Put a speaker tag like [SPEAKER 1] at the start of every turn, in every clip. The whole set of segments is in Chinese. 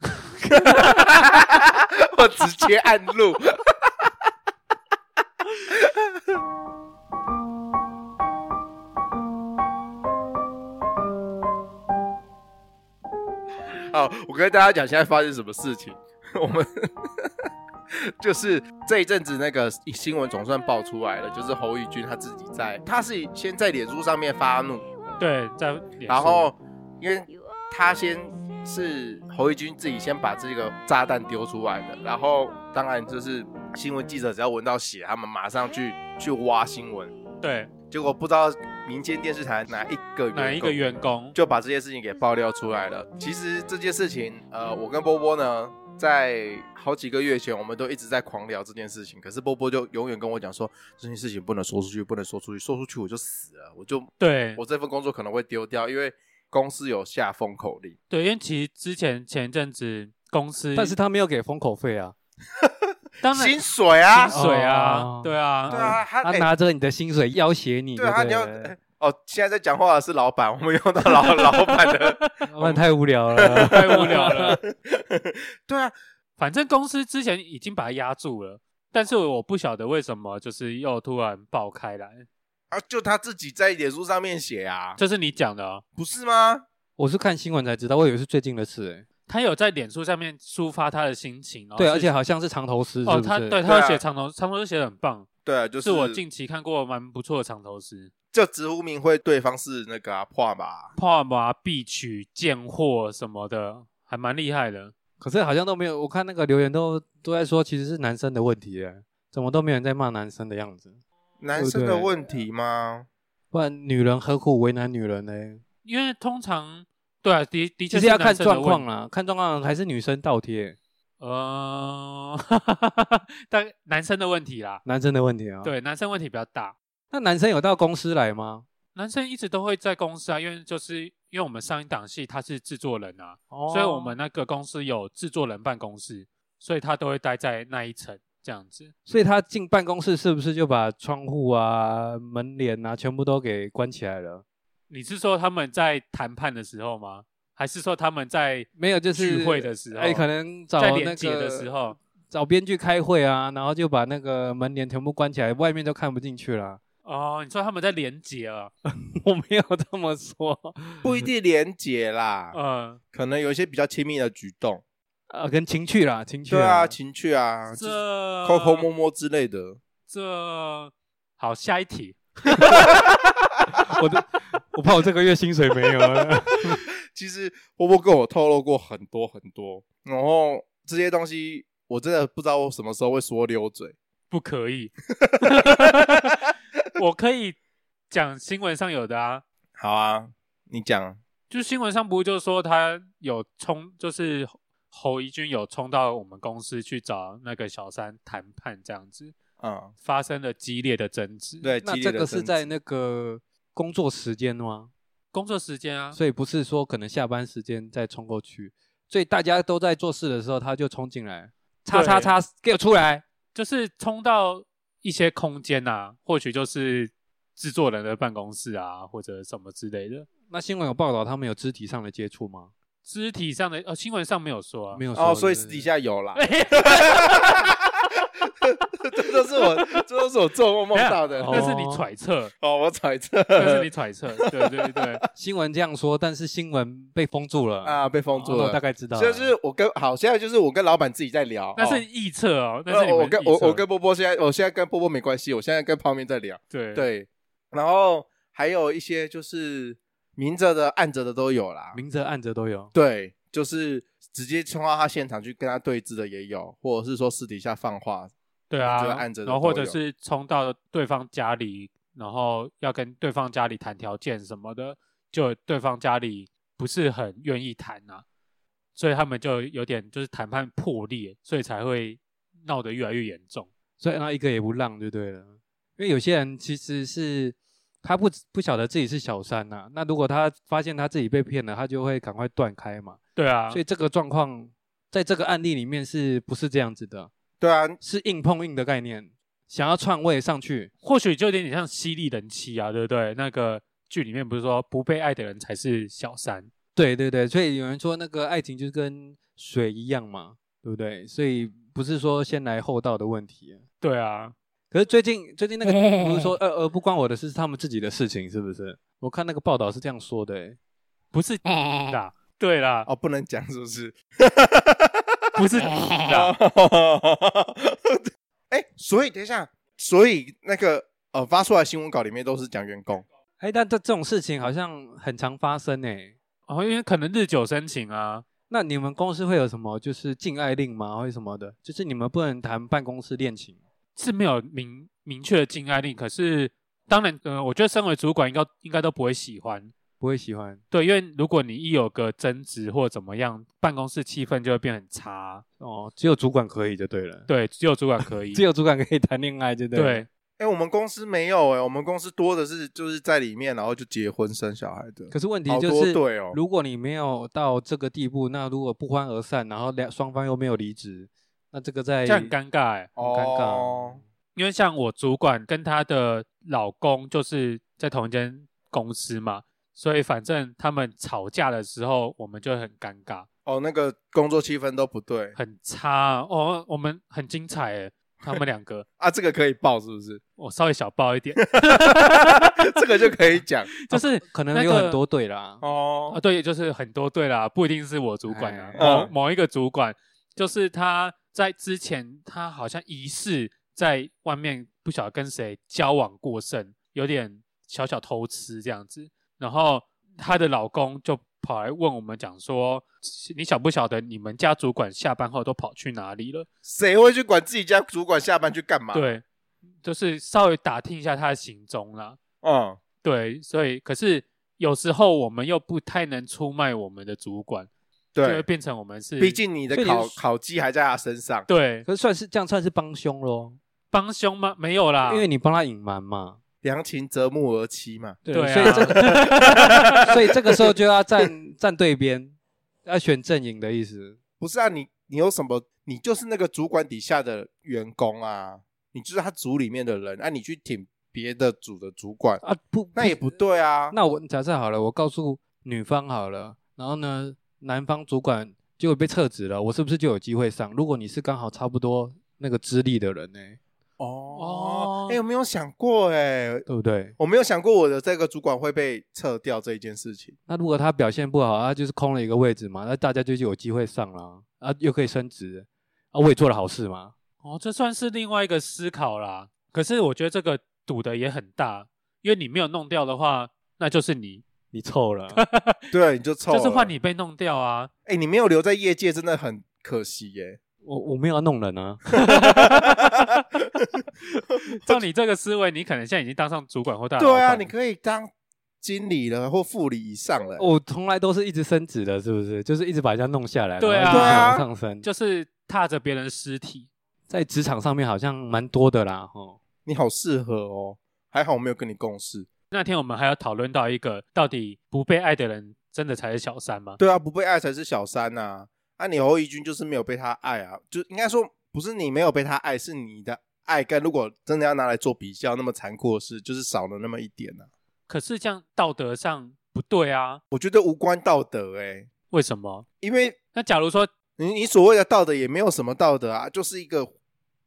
[SPEAKER 1] 我直接按录。 好，我跟大家讲现在发生什么事情。我们 就是这一阵子那个新闻总算爆出来了，就是侯宇君他自己在，他是先在脸书上面发怒，
[SPEAKER 2] 对，在脸书
[SPEAKER 1] 然后因为他先是侯一军自己先把这个炸弹丢出来的，然后当然就是新闻记者只要闻到血，他们马上去去挖新闻，
[SPEAKER 2] 对
[SPEAKER 1] 结果不知道民间电视台哪一个
[SPEAKER 2] 哪一个
[SPEAKER 1] 员
[SPEAKER 2] 员工
[SPEAKER 1] 就把这件事情给爆料出来了。其实这件事情，呃，我跟波波呢。在好几个月前，我们都一直在狂聊这件事情，可是波波就永远跟我讲说，这件事情不能说出去，不能说出去，说出去我就死了，我就
[SPEAKER 2] 对
[SPEAKER 1] 我这份工作可能会丢掉，因为公司有下封口令。
[SPEAKER 2] 对，因为其实之前前一阵子公司，
[SPEAKER 3] 但是他没有给封口费啊，
[SPEAKER 2] 当然
[SPEAKER 1] 薪水啊，
[SPEAKER 2] 薪水啊
[SPEAKER 3] 哦，
[SPEAKER 2] 对啊，，
[SPEAKER 1] 对啊，他
[SPEAKER 3] 他
[SPEAKER 1] 哎
[SPEAKER 3] 拿着你的薪水要挟你，
[SPEAKER 1] 对啊，他
[SPEAKER 3] 不
[SPEAKER 1] 你要
[SPEAKER 3] 对
[SPEAKER 1] 哎哦，现在在讲话的是老板，我们用到老老板的，
[SPEAKER 3] 老板太无聊 了
[SPEAKER 2] 太无聊了。
[SPEAKER 1] 对啊，
[SPEAKER 2] 反正公司之前已经把它压住了，但是我不晓得为什么就是又突然爆开来，
[SPEAKER 1] 啊，就他自己在脸书上面写啊，
[SPEAKER 2] 这是你讲的、哦。
[SPEAKER 1] 不是吗？
[SPEAKER 3] 我是看新闻才知道，我以为是最近的事、欸。
[SPEAKER 2] 他有在脸书上面抒发他的心情，然后
[SPEAKER 3] 对，
[SPEAKER 2] 哦是
[SPEAKER 3] 而且好像是长头诗，是不
[SPEAKER 2] 哦，
[SPEAKER 3] 是？
[SPEAKER 2] 他对
[SPEAKER 1] 啊
[SPEAKER 2] 他有写长头，长头诗写的很棒，
[SPEAKER 1] 对啊，就是
[SPEAKER 2] 我近期看过蛮不错的长头诗。
[SPEAKER 1] 就直呼名讳对方是那个啊破吧，
[SPEAKER 2] 泡麻啊必取贱货什么的，还蛮厉害的。
[SPEAKER 3] 可是好像都没有，我看那个留言都都在说，其实是男生的问题、欸，怎么都没有人在骂男生的样子？
[SPEAKER 1] 男生的
[SPEAKER 3] 对不对
[SPEAKER 1] 问题吗？
[SPEAKER 3] 不然女人何苦为难女人呢？
[SPEAKER 2] 因为通常对啊，的的确
[SPEAKER 3] 其
[SPEAKER 2] 是
[SPEAKER 3] 实要看
[SPEAKER 2] 男生的
[SPEAKER 3] 状况
[SPEAKER 2] 问。
[SPEAKER 3] 啦，看状况还是女生倒贴，
[SPEAKER 2] 呃， 但男生的问题啦，
[SPEAKER 3] 男生的问题啊。，
[SPEAKER 2] 对，男生问题比较大。
[SPEAKER 3] 那男生有到公司来吗？
[SPEAKER 2] 男生一直都会在公司啊，因为就是因为我们上一档戏他是制作人啊，
[SPEAKER 3] 哦
[SPEAKER 2] 所以我们那个公司有制作人办公室，所以他都会待在那一层这样子。
[SPEAKER 3] 所以他进办公室是不是就把窗户啊、门帘啊全部都给关起来了？
[SPEAKER 2] 你是说他们在谈判的时候吗？还是说他们在
[SPEAKER 3] 没有，就是
[SPEAKER 2] 聚会的时候
[SPEAKER 3] 哎，可能找
[SPEAKER 2] 在
[SPEAKER 3] 那
[SPEAKER 2] 连
[SPEAKER 3] 个
[SPEAKER 2] 接的时候？
[SPEAKER 3] 找编剧开会啊，然后就把那个门帘全部关起来，外面都看不进去了。
[SPEAKER 2] 哦，你说他们在连接啊？
[SPEAKER 3] 我没有这么说，
[SPEAKER 1] 不一定连结啦，
[SPEAKER 2] 嗯，
[SPEAKER 1] 可能有一些比较亲密的举动，
[SPEAKER 3] 呃，跟情趣啦，情趣
[SPEAKER 1] 对啊，情趣啊，就
[SPEAKER 2] 这
[SPEAKER 1] 是抠抠摸摸之类的。
[SPEAKER 2] 这好，下一题。
[SPEAKER 3] 我的，我怕我这个月薪水没有了。
[SPEAKER 1] 其实波波跟我透露过很多很多，然后这些东西我真的不知道我什么时候会说溜嘴。
[SPEAKER 2] 不可以，我可以讲新闻上有的啊，
[SPEAKER 1] 好啊，你讲，
[SPEAKER 2] 就新闻上不就说他有冲，就是侯怡君有冲到我们公司去找那个小三谈判，这样子
[SPEAKER 1] 嗯，
[SPEAKER 2] 发生了激烈的争执。，
[SPEAKER 1] 对，
[SPEAKER 3] 那
[SPEAKER 1] 激
[SPEAKER 3] 这
[SPEAKER 1] 烈的
[SPEAKER 3] 个是
[SPEAKER 1] 争
[SPEAKER 3] 在
[SPEAKER 1] 执
[SPEAKER 3] 那个工作时间吗？
[SPEAKER 2] 工作时间啊，
[SPEAKER 3] 所以不是说可能下班时间再冲过去，所以大家都在做事的时候，他就冲进来，叉叉叉，给我出来。
[SPEAKER 2] 就是冲到一些空间啊，或许就是制作人的办公室啊，或者什么之类的。
[SPEAKER 3] 那新闻有报道他们有肢体上的接触吗？
[SPEAKER 2] 肢体上的，呃，新闻上没有说啊，。
[SPEAKER 3] 没有说
[SPEAKER 1] 哦，所以
[SPEAKER 3] 对
[SPEAKER 1] 私
[SPEAKER 3] 不
[SPEAKER 1] 底
[SPEAKER 3] 对
[SPEAKER 1] 下有啦
[SPEAKER 2] 哎
[SPEAKER 1] 这都是我，这都是我做梦梦到的。
[SPEAKER 3] 没 有
[SPEAKER 2] 那是你揣测，
[SPEAKER 1] 哦，我揣测
[SPEAKER 2] 那是你揣测，对对对，
[SPEAKER 3] 新闻这样说，但是新闻被封住了，
[SPEAKER 1] 啊，被封
[SPEAKER 3] 哦
[SPEAKER 1] 住
[SPEAKER 3] 那我
[SPEAKER 1] 了。
[SPEAKER 3] 大概知道了，
[SPEAKER 1] 就是我跟好，现在就是我跟老板自己在聊。
[SPEAKER 2] 那是
[SPEAKER 1] 哦
[SPEAKER 2] 臆测哦，那是
[SPEAKER 1] 呃
[SPEAKER 2] 你
[SPEAKER 1] 我
[SPEAKER 2] 们
[SPEAKER 1] 跟
[SPEAKER 2] 臆测
[SPEAKER 1] 我我跟波波现在，我现在跟波波没关系，我现在跟泡面在聊。
[SPEAKER 2] 对
[SPEAKER 1] 对，然后还有一些就是明着的、暗着的都有啦。
[SPEAKER 3] 明着暗着都有。
[SPEAKER 1] 对，就是直接冲到他现场去跟他对峙的也有，或者是说私底下放话。
[SPEAKER 2] 对啊
[SPEAKER 1] 就按着，的
[SPEAKER 2] 然后或者
[SPEAKER 1] 都有
[SPEAKER 2] 是冲到对方家里，然后要跟对方家里谈条件什么的，就对方家里不是很愿意谈啊，所以他们就有点就是谈判破裂，所以才会闹得越来越严重。
[SPEAKER 3] 所以那一个也不让就对了。因为有些人其实是他不不晓得自己是小三呐、那如果他发现他自己被骗了，他就会赶快断开嘛。
[SPEAKER 2] 对啊，
[SPEAKER 3] 所以这个状况在这个案例里面是不是这样子的？
[SPEAKER 1] 对啊，
[SPEAKER 3] 是硬碰硬的概念，想要篡位上去。
[SPEAKER 2] 或许就有点像犀利人妻啊，对不对？那个剧里面不是说不被爱的人才是小三，
[SPEAKER 3] 对对对，所以有人说那个爱情就是跟水一样嘛，对不对？所以不是说先来后到的问题啊、
[SPEAKER 2] 对啊，
[SPEAKER 3] 可是最近最近那个不是说呃呃不关我的事是他们自己的事情是不是？我看那个报道是这样说的、欸，
[SPEAKER 2] 不是啦，对啦，
[SPEAKER 1] 哦，不能讲是不是？
[SPEAKER 2] 不是啦，
[SPEAKER 1] 哎、所以等一下，所以那个呃发出来新闻稿里面都是讲员工，
[SPEAKER 3] 哎、但这这种事情好像很常发生哎、
[SPEAKER 2] 哦，因为可能日久生情啊，
[SPEAKER 3] 那你们公司会有什么就是禁爱令吗，或者什么的？就是你们不能谈办公室恋情。
[SPEAKER 2] 是没有明明确的禁爱令，可是当然，呃，我觉得身为主管应该应该都不会喜欢，
[SPEAKER 3] 不会喜欢
[SPEAKER 2] 对，因为如果你一有个争执或怎么样，办公室气氛就会变很差。
[SPEAKER 3] 哦，只有主管可以就对了，，。
[SPEAKER 2] 对，只有主管可以
[SPEAKER 3] 只有主管可以谈恋爱就对了。
[SPEAKER 2] 对，
[SPEAKER 1] 哎、我们公司没有哎、我们公司多的是就是在里面，然后就结婚生小孩的，
[SPEAKER 3] 可是问题
[SPEAKER 1] 好
[SPEAKER 3] 就
[SPEAKER 1] 多
[SPEAKER 3] 是，
[SPEAKER 1] 对哦
[SPEAKER 3] 如果你没有到这个地步，那如果不欢而散，然后两双方又没有离职，那这个在
[SPEAKER 2] 这样很尴尬哎、
[SPEAKER 1] 哦
[SPEAKER 3] 很尴尬啊
[SPEAKER 2] 因为像我主管跟她的老公就是在同一间公司嘛，所以反正他们吵架的时候，我们就会很尴尬，
[SPEAKER 1] 哦，那个工作气氛都不对
[SPEAKER 2] 很差哦。我们很精彩哎、他们两个
[SPEAKER 1] 啊，这个可以报是不是？
[SPEAKER 2] 我稍微小爆一点，
[SPEAKER 1] 这个就可以讲
[SPEAKER 2] 就是
[SPEAKER 3] 可能
[SPEAKER 2] 那
[SPEAKER 3] 有
[SPEAKER 2] 个
[SPEAKER 3] 很多对啦。
[SPEAKER 2] 啊，
[SPEAKER 1] 哦，
[SPEAKER 2] 对，就是很多对啦，不一定是我主管啊，
[SPEAKER 3] 哎
[SPEAKER 2] 某
[SPEAKER 1] 嗯
[SPEAKER 2] 某一个主管，就是他在之前他好像疑似在外面不晓得跟谁交往过甚，有点小小偷吃这样子，然后她的老公就跑来问我们讲说，你晓不晓得你们家主管下班后都跑去哪里了？
[SPEAKER 1] 谁会去管自己家主管下班去干嘛？，
[SPEAKER 2] 对，就是稍微打听一下他的行踪啦。
[SPEAKER 1] 嗯，
[SPEAKER 2] 对，所以可是有时候我们又不太能出卖我们的主管，就会
[SPEAKER 1] 对，
[SPEAKER 2] 变成我们是
[SPEAKER 1] 毕竟你的
[SPEAKER 3] 所以你
[SPEAKER 1] 烤
[SPEAKER 3] 是
[SPEAKER 1] 烤鸡还在他身上，
[SPEAKER 2] 对
[SPEAKER 3] 可是算是这样算是帮凶咯，
[SPEAKER 2] 帮凶吗？没有
[SPEAKER 1] 啊
[SPEAKER 2] 啦，
[SPEAKER 3] 因为你帮他隐瞒嘛。
[SPEAKER 1] 良禽择木而栖嘛。
[SPEAKER 3] 对
[SPEAKER 2] 对
[SPEAKER 3] 所以这
[SPEAKER 2] 啊，
[SPEAKER 3] 所以这个时候就要 站站对边，要选阵营的意思。
[SPEAKER 1] 不是啊，你你有什么？你就是那个主管底下的员工啊，你就是他组里面的人，啊，你去挺别的组的主管，
[SPEAKER 3] 啊，不，
[SPEAKER 1] 那也不对啊。
[SPEAKER 3] 那我假设好了，我告诉女方好了，然后呢，男方主管结果被撤职了，我是不是就有机会上？如果你是刚好差不多那个资历的人呢、
[SPEAKER 1] 哦
[SPEAKER 2] 哦，
[SPEAKER 1] 哎、有没有想过、哎，
[SPEAKER 3] 对不对？
[SPEAKER 1] 我没有想过我的这个主管会被撤掉这一件事情。
[SPEAKER 3] 那如果他表现不好，他就是空了一个位置嘛，那大家就有机会上啦，啊，又可以升职，啊，我也做了好事嘛。
[SPEAKER 2] 哦，这算是另外一个思考啦。可是我觉得这个赌的也很大，因为你没有弄掉的话，那就是你，
[SPEAKER 3] 你臭了，
[SPEAKER 1] 对，你就臭了，
[SPEAKER 2] 就是换你被弄掉啊。
[SPEAKER 1] 哎、你没有留在业界真的很可惜耶、
[SPEAKER 3] 我我没有要弄 人啊，
[SPEAKER 2] 照你这个思维，你可能现在已经当上主管或大老
[SPEAKER 1] 对啊，
[SPEAKER 2] 板
[SPEAKER 1] 你可以当经理了或副理以上了、
[SPEAKER 3] 我从来都是一直升职的，是不是？就是一直把人家弄下来，
[SPEAKER 2] 对啊
[SPEAKER 3] 然后一直往上升，
[SPEAKER 2] 就是踏着别人的尸体。
[SPEAKER 3] 在职场上面好像蛮多的啦，哦，
[SPEAKER 1] 你好适合哦，还好我没有跟你共事。
[SPEAKER 2] 那天我们还要讨论到一个，到底不被爱的人真的才是小三吗？
[SPEAKER 1] 对啊，不被爱才是小三呐、啊。啊，你侯怡君就是没有被他爱啊，就应该说不是你没有被他爱，是你的爱跟如果真的要拿来做比较，那么残酷的事就是少了那么一点呐、啊。
[SPEAKER 2] 可是这样道德上不对啊，
[SPEAKER 1] 我觉得无关道德哎、
[SPEAKER 2] 为什么？
[SPEAKER 1] 因为
[SPEAKER 2] 那假如说
[SPEAKER 1] 你你所谓的道德也没有什么道德啊，就是一个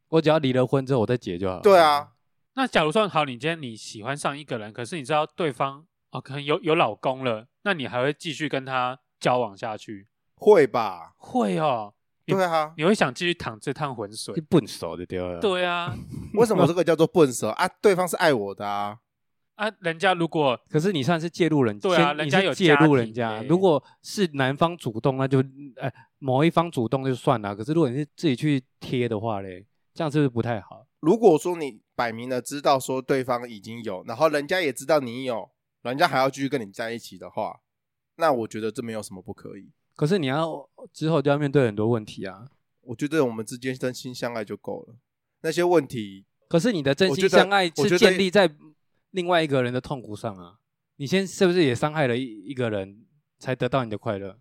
[SPEAKER 3] 我只要离了婚之后我再解就好了。
[SPEAKER 1] 对啊，
[SPEAKER 2] 那假如说好，你今天你喜欢上一个人，可是你知道对方哦，可能有有老公了，那你还会继续跟他交往下去？
[SPEAKER 1] 会吧？
[SPEAKER 2] 会哦，你
[SPEAKER 1] 对 啊，
[SPEAKER 2] 你会想继续淌这趟浑
[SPEAKER 3] 一
[SPEAKER 2] 水？
[SPEAKER 3] 笨手就丢了。，
[SPEAKER 2] 对啊，
[SPEAKER 1] 为什么这个叫做笨蛇啊？对方是爱我的啊，
[SPEAKER 2] 啊，人家如果
[SPEAKER 3] 可是你算是介入人，
[SPEAKER 2] 对啊
[SPEAKER 3] 先
[SPEAKER 2] 人
[SPEAKER 3] 你
[SPEAKER 2] 家
[SPEAKER 3] 是
[SPEAKER 2] 有
[SPEAKER 3] 介
[SPEAKER 2] 家
[SPEAKER 3] 入人
[SPEAKER 2] 庭
[SPEAKER 3] 家。
[SPEAKER 2] 欸
[SPEAKER 3] 如果是男方主动，那就呃某一方主动就算了。可是如果你是自己去贴的话嘞，这样是不是不太好？
[SPEAKER 1] 如果说你摆明了知道说对方已经有，然后人家也知道你有，人家还要继续跟你在一起的话，那我觉得这没有什么不可以。
[SPEAKER 3] 可是你要之后就要面对很多问题啊。
[SPEAKER 1] 我觉得我们之间真心相爱就够了。那些问题，
[SPEAKER 3] 可是你的真
[SPEAKER 1] 我
[SPEAKER 3] 心
[SPEAKER 1] 觉得
[SPEAKER 3] 相爱
[SPEAKER 1] 我觉
[SPEAKER 3] 是
[SPEAKER 1] 得
[SPEAKER 3] 建立在另外一个人的痛苦上啊。你先是不是也伤害了一一个人，才得到你的快乐？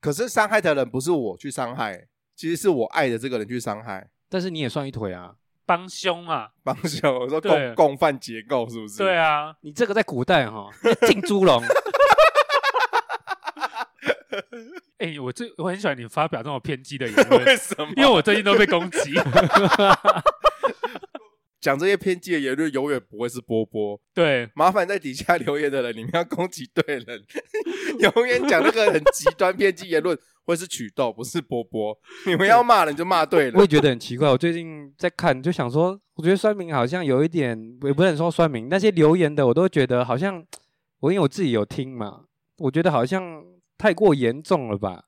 [SPEAKER 1] 可是伤害的人不是我去伤害，其实是我爱的这个人去伤害。
[SPEAKER 3] 但是你也算一腿啊！
[SPEAKER 2] 帮凶啊，
[SPEAKER 1] 帮手，我说
[SPEAKER 2] 对
[SPEAKER 1] 共共犯结构是不是？
[SPEAKER 2] 对啊，
[SPEAKER 3] 你 这个在古代哈，进猪笼，
[SPEAKER 2] 哎、哎、我这我很喜欢你发表这种偏激的言论，
[SPEAKER 1] 什么
[SPEAKER 2] 因为我最近都被攻击。
[SPEAKER 1] 讲这些偏激的言论永远不会是波波。
[SPEAKER 2] 对，
[SPEAKER 1] 麻烦在底下留言的人，你们要攻击对人， 永远讲那个很极端偏激言论，会是曲豆，不是波波。你们要骂人就骂对
[SPEAKER 3] 我
[SPEAKER 1] 人
[SPEAKER 3] 也。觉得很奇怪，我最近在看，就想说，我觉得酸民好像有一点，也不能说酸民，那些留言的我都觉得好像，我因为我自己有听嘛，我觉得好像太过严重了吧，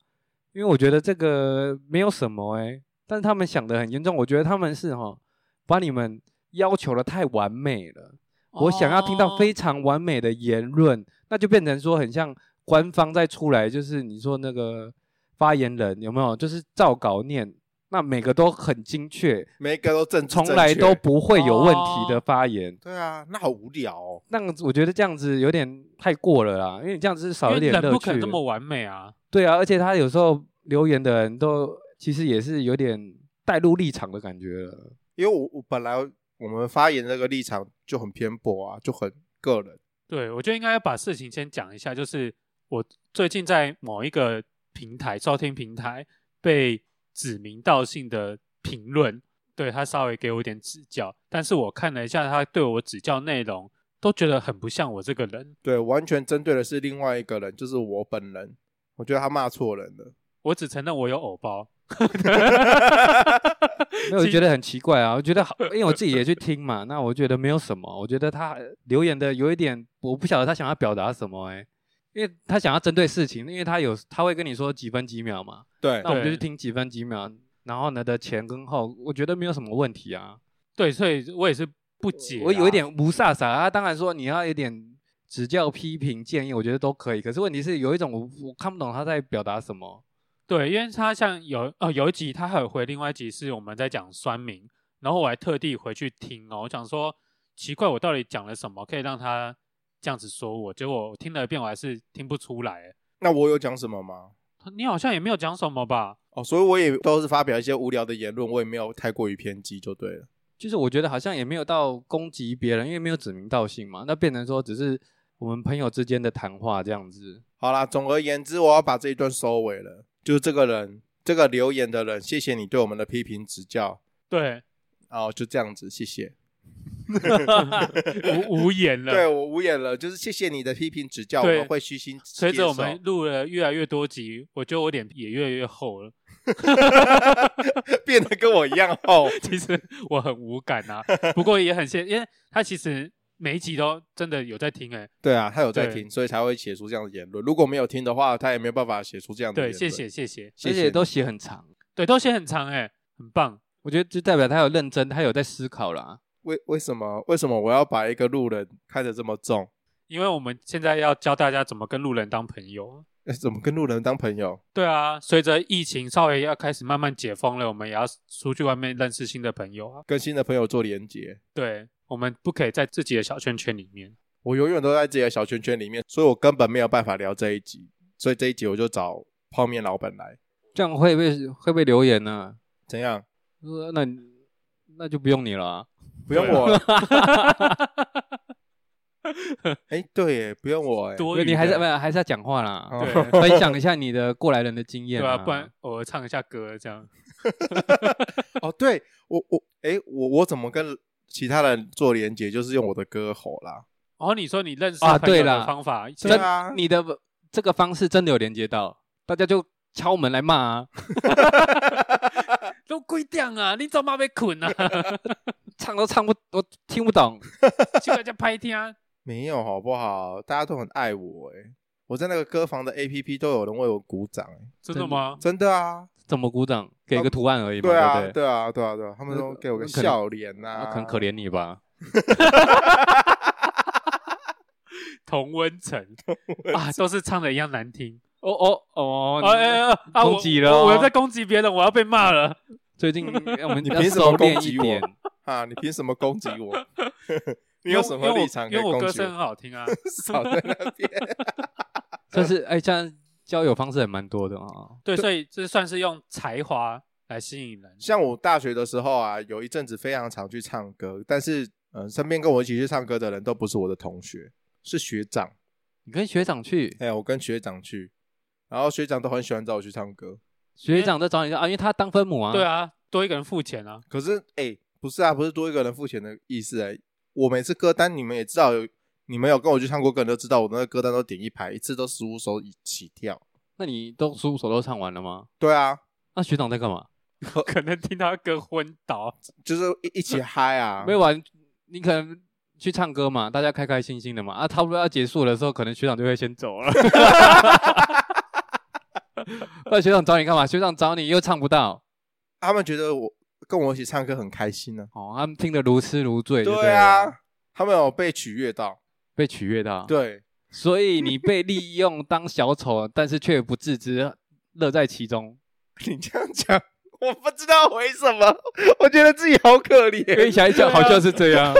[SPEAKER 3] 因为我觉得这个没有什么哎、但是他们想的很严重，我觉得他们是哈，把你们要求的太完美了，我想要听
[SPEAKER 2] 哦
[SPEAKER 3] 到非常完美的言论，那就变成说很像官方再出来，就是你说那个发言人有没有，就是照稿念，那每个都很精确，
[SPEAKER 1] 每一个都正，
[SPEAKER 3] 从来都不会有问题
[SPEAKER 2] 哦
[SPEAKER 3] 的发言。
[SPEAKER 1] 对啊，那好无聊哦。
[SPEAKER 3] 那样子我觉得这样子有点太过了啦，因为你这样子是
[SPEAKER 2] 因
[SPEAKER 3] 少
[SPEAKER 2] 为
[SPEAKER 3] 一点
[SPEAKER 2] 人
[SPEAKER 3] 乐
[SPEAKER 2] 不可
[SPEAKER 3] 趣
[SPEAKER 2] 能这。么完美啊。
[SPEAKER 3] 对啊，而且他有时候留言的人都其实也是有点带入立场的感觉了。
[SPEAKER 1] 因为我我本来我们发言那个立场就很偏颇啊，就很个人。
[SPEAKER 2] 对，我觉得应该要把事情先讲一下，就是我最近在某一个平台收听平台被指名道姓的评论，对他稍微给我一点指教，但是我看了一下他对我指教内容，都觉得很不像我这个人。
[SPEAKER 1] 对，完全针对的是另外一个人，就是我本人。我觉得他骂错人了。
[SPEAKER 2] 我只承认我有偶 包，
[SPEAKER 3] 没有，我觉得很奇怪啊！我觉得好，因为我自己也去听嘛，那我觉得没有什么。我觉得他留言的有一点，我不晓得他想要表达什么哎、因为他想要针对事情，因为他有他会跟你说几分几秒嘛，
[SPEAKER 1] 对
[SPEAKER 3] 那我们就
[SPEAKER 2] 对
[SPEAKER 3] 去听几分几秒，然后呢的前跟后，我觉得没有什么问题啊。
[SPEAKER 2] 对，所以我也是不解、
[SPEAKER 3] 我有一，点无煞煞啊，当然说你要有点指教、批评、建议，我觉得都可以。可是问题是有一种我我看不懂他在表达什么。
[SPEAKER 2] 对，因为他像有哦有一集他还有回另外一集是我们在讲酸民，然后我还特地回去听哦，我想说奇怪我到底讲了什么可以让他这样子说我，结果我听了一遍我还是听不出来。
[SPEAKER 1] 那我有讲什么吗？
[SPEAKER 2] 你好像也没有讲什么吧？
[SPEAKER 1] 哦，所以我也都是发表一些无聊的言论，我也没有太过于偏激，就对了。
[SPEAKER 3] 就是我觉得好像也没有到攻击别人，因为没有指名道姓嘛，那变成说只是我们朋友之间的谈话这样子。
[SPEAKER 1] 好啦，总而言之，我要把这一段收尾了。就是这个人，这个留言的人，谢谢你对我们的批评指教。
[SPEAKER 2] 对，
[SPEAKER 1] 哦，就这样子，谢谢。
[SPEAKER 2] 无无言了。
[SPEAKER 1] 对我无言了，就是谢谢你的批评指教，我
[SPEAKER 2] 对
[SPEAKER 1] 们会虚心
[SPEAKER 2] 随
[SPEAKER 1] 接
[SPEAKER 2] 着我
[SPEAKER 1] 受
[SPEAKER 2] 们录了越来越多集，我觉得我脸也越来越厚了。
[SPEAKER 1] 变得跟我一样厚。
[SPEAKER 2] 其实我很无感 啊，不过也很谢，因为他其实每一集都真的有在听欸诶、
[SPEAKER 1] 对啊，他有在
[SPEAKER 2] 对
[SPEAKER 1] 听，所以才会写出这样的言论。如果没有听的话，他也没有办法写出这样的言论。
[SPEAKER 2] 对，谢谢，谢谢，
[SPEAKER 1] 谢
[SPEAKER 3] 而
[SPEAKER 1] 谢
[SPEAKER 3] 且都写很长，
[SPEAKER 2] 对，都写很长诶、很棒。
[SPEAKER 3] 我觉得就代表他有认真，他有在思考啦。
[SPEAKER 1] 为为什么为什么我要把一个路人看得这么重？
[SPEAKER 2] 因为我们现在要教大家怎么跟路人当朋友。
[SPEAKER 1] 呃怎么跟路人当朋友？
[SPEAKER 2] 对啊，随着疫情稍微要开始慢慢解封了，我们也要出去外面认识新的朋友啊。
[SPEAKER 1] 跟新的朋友做连接？
[SPEAKER 2] 对，我们不可以在自己的小圈圈里面。
[SPEAKER 1] 我永远都在自己的小圈圈里面，所以我根本没有办法聊这一集。所以这一集我就找泡面老板来，
[SPEAKER 3] 这样会被会被留言呢、
[SPEAKER 1] 怎样？
[SPEAKER 3] 呃那你那就不用你了啊、
[SPEAKER 1] 不用
[SPEAKER 2] 对啊
[SPEAKER 1] 我了？哎、对耶，不用我哎。
[SPEAKER 2] 多余
[SPEAKER 3] 因为
[SPEAKER 2] 的，
[SPEAKER 3] 你还是不还是要讲话啦，
[SPEAKER 1] 哦
[SPEAKER 2] 对
[SPEAKER 3] 分享一下你的过来人的经验
[SPEAKER 2] 对啊，不然偶尔唱一下歌这样。
[SPEAKER 1] 哦，对我我哎、我我怎么跟其他人做连接？就是用我的歌吼啦。
[SPEAKER 2] 哦，你说你认识
[SPEAKER 3] 啊
[SPEAKER 2] 朋友
[SPEAKER 3] 对啦
[SPEAKER 2] 的方法，
[SPEAKER 1] 对
[SPEAKER 3] 真
[SPEAKER 2] 真
[SPEAKER 1] 啊
[SPEAKER 3] 你的这个方式真的有连接到，大家就敲门来骂啊，
[SPEAKER 2] 都鬼定啊！你怎么被困啊？
[SPEAKER 3] 唱都唱不，我听不懂。
[SPEAKER 2] 去人家拍听啊，
[SPEAKER 1] 没有好不好？大家都很爱我哎、我在那个歌房的 APP 都有人为我鼓掌哎、
[SPEAKER 2] 真的吗？
[SPEAKER 1] 真的啊，
[SPEAKER 3] 怎么鼓掌？给
[SPEAKER 2] 哦
[SPEAKER 3] 个图案而已嘛，
[SPEAKER 1] 对啊，
[SPEAKER 3] 不对？
[SPEAKER 1] 对啊，对啊，对啊，他们都给我个
[SPEAKER 3] 那可能
[SPEAKER 1] 笑脸啊
[SPEAKER 2] 啊
[SPEAKER 1] 呐、
[SPEAKER 3] 那很可怜你吧？
[SPEAKER 2] 童温 层啊，都是唱的一样难听。
[SPEAKER 3] 哦哦哦
[SPEAKER 2] 哦哎哎啊！我
[SPEAKER 3] 攻击了哦
[SPEAKER 2] 我我在攻击别人，我要被骂了。
[SPEAKER 3] 最近我们
[SPEAKER 1] 你
[SPEAKER 3] 要
[SPEAKER 1] 凭什么
[SPEAKER 3] 收敛
[SPEAKER 1] 攻击
[SPEAKER 3] 一
[SPEAKER 1] 我
[SPEAKER 3] 点。
[SPEAKER 1] 啊！你凭什么攻击 我？ 你
[SPEAKER 2] 因
[SPEAKER 1] 有
[SPEAKER 2] 为
[SPEAKER 1] 什
[SPEAKER 2] 因
[SPEAKER 1] 么
[SPEAKER 2] 为我
[SPEAKER 1] 立场可
[SPEAKER 2] 因
[SPEAKER 1] 以
[SPEAKER 2] 为我
[SPEAKER 1] 攻
[SPEAKER 2] 歌
[SPEAKER 1] 击
[SPEAKER 2] 声很
[SPEAKER 1] 我？
[SPEAKER 2] 好听啊。
[SPEAKER 1] 少在 那边，
[SPEAKER 3] 但是哎，这样交友方式也蛮多的啊。
[SPEAKER 2] 对，所以这算是用才华来吸引人。
[SPEAKER 1] 像我大学的时候啊，有一阵子非常常去唱歌，但是嗯、呃身边跟我一起去唱歌的人都不是我的同学，是学长。嗯
[SPEAKER 3] 你跟学长去，
[SPEAKER 1] 哎、我跟学长去，然后学长都很喜欢找我去唱歌。
[SPEAKER 3] 学长在找你啊，因为他当分母啊。
[SPEAKER 2] 对，啊，多一个人付钱啊，
[SPEAKER 1] 可是哎、不是啊，不是多一个人付钱的意思哎、我每次歌单你们也知道有，你们有跟我去唱过歌，你都知道我那个歌单都点一排，一次都十五首以起跳。
[SPEAKER 3] 那你都十五首都唱完了吗？
[SPEAKER 1] 对啊，
[SPEAKER 3] 那学长在干嘛？
[SPEAKER 2] 可能听他歌昏倒。
[SPEAKER 1] 就是一一起嗨啊！
[SPEAKER 3] 没有啊，你可能去唱歌嘛，大家开开心心的嘛。啊，差不多要结束的时候，可能学长就会先走 了。那学长找你干嘛？学长找你又唱不到，
[SPEAKER 1] 他们觉得我跟我一起唱歌很开心呢、
[SPEAKER 3] 哦，他们听得如痴如醉就对
[SPEAKER 1] 对
[SPEAKER 3] 了
[SPEAKER 1] 啊，他们有被取悦到。
[SPEAKER 3] 被取悦到。，
[SPEAKER 1] 对，
[SPEAKER 3] 所以你被利用当小丑，但是却不自知，乐在其中。
[SPEAKER 1] 你这样讲，我不知道回什么， 我觉得自己好可
[SPEAKER 3] 因为
[SPEAKER 1] 怜。
[SPEAKER 3] 哎想一想，好像是这样。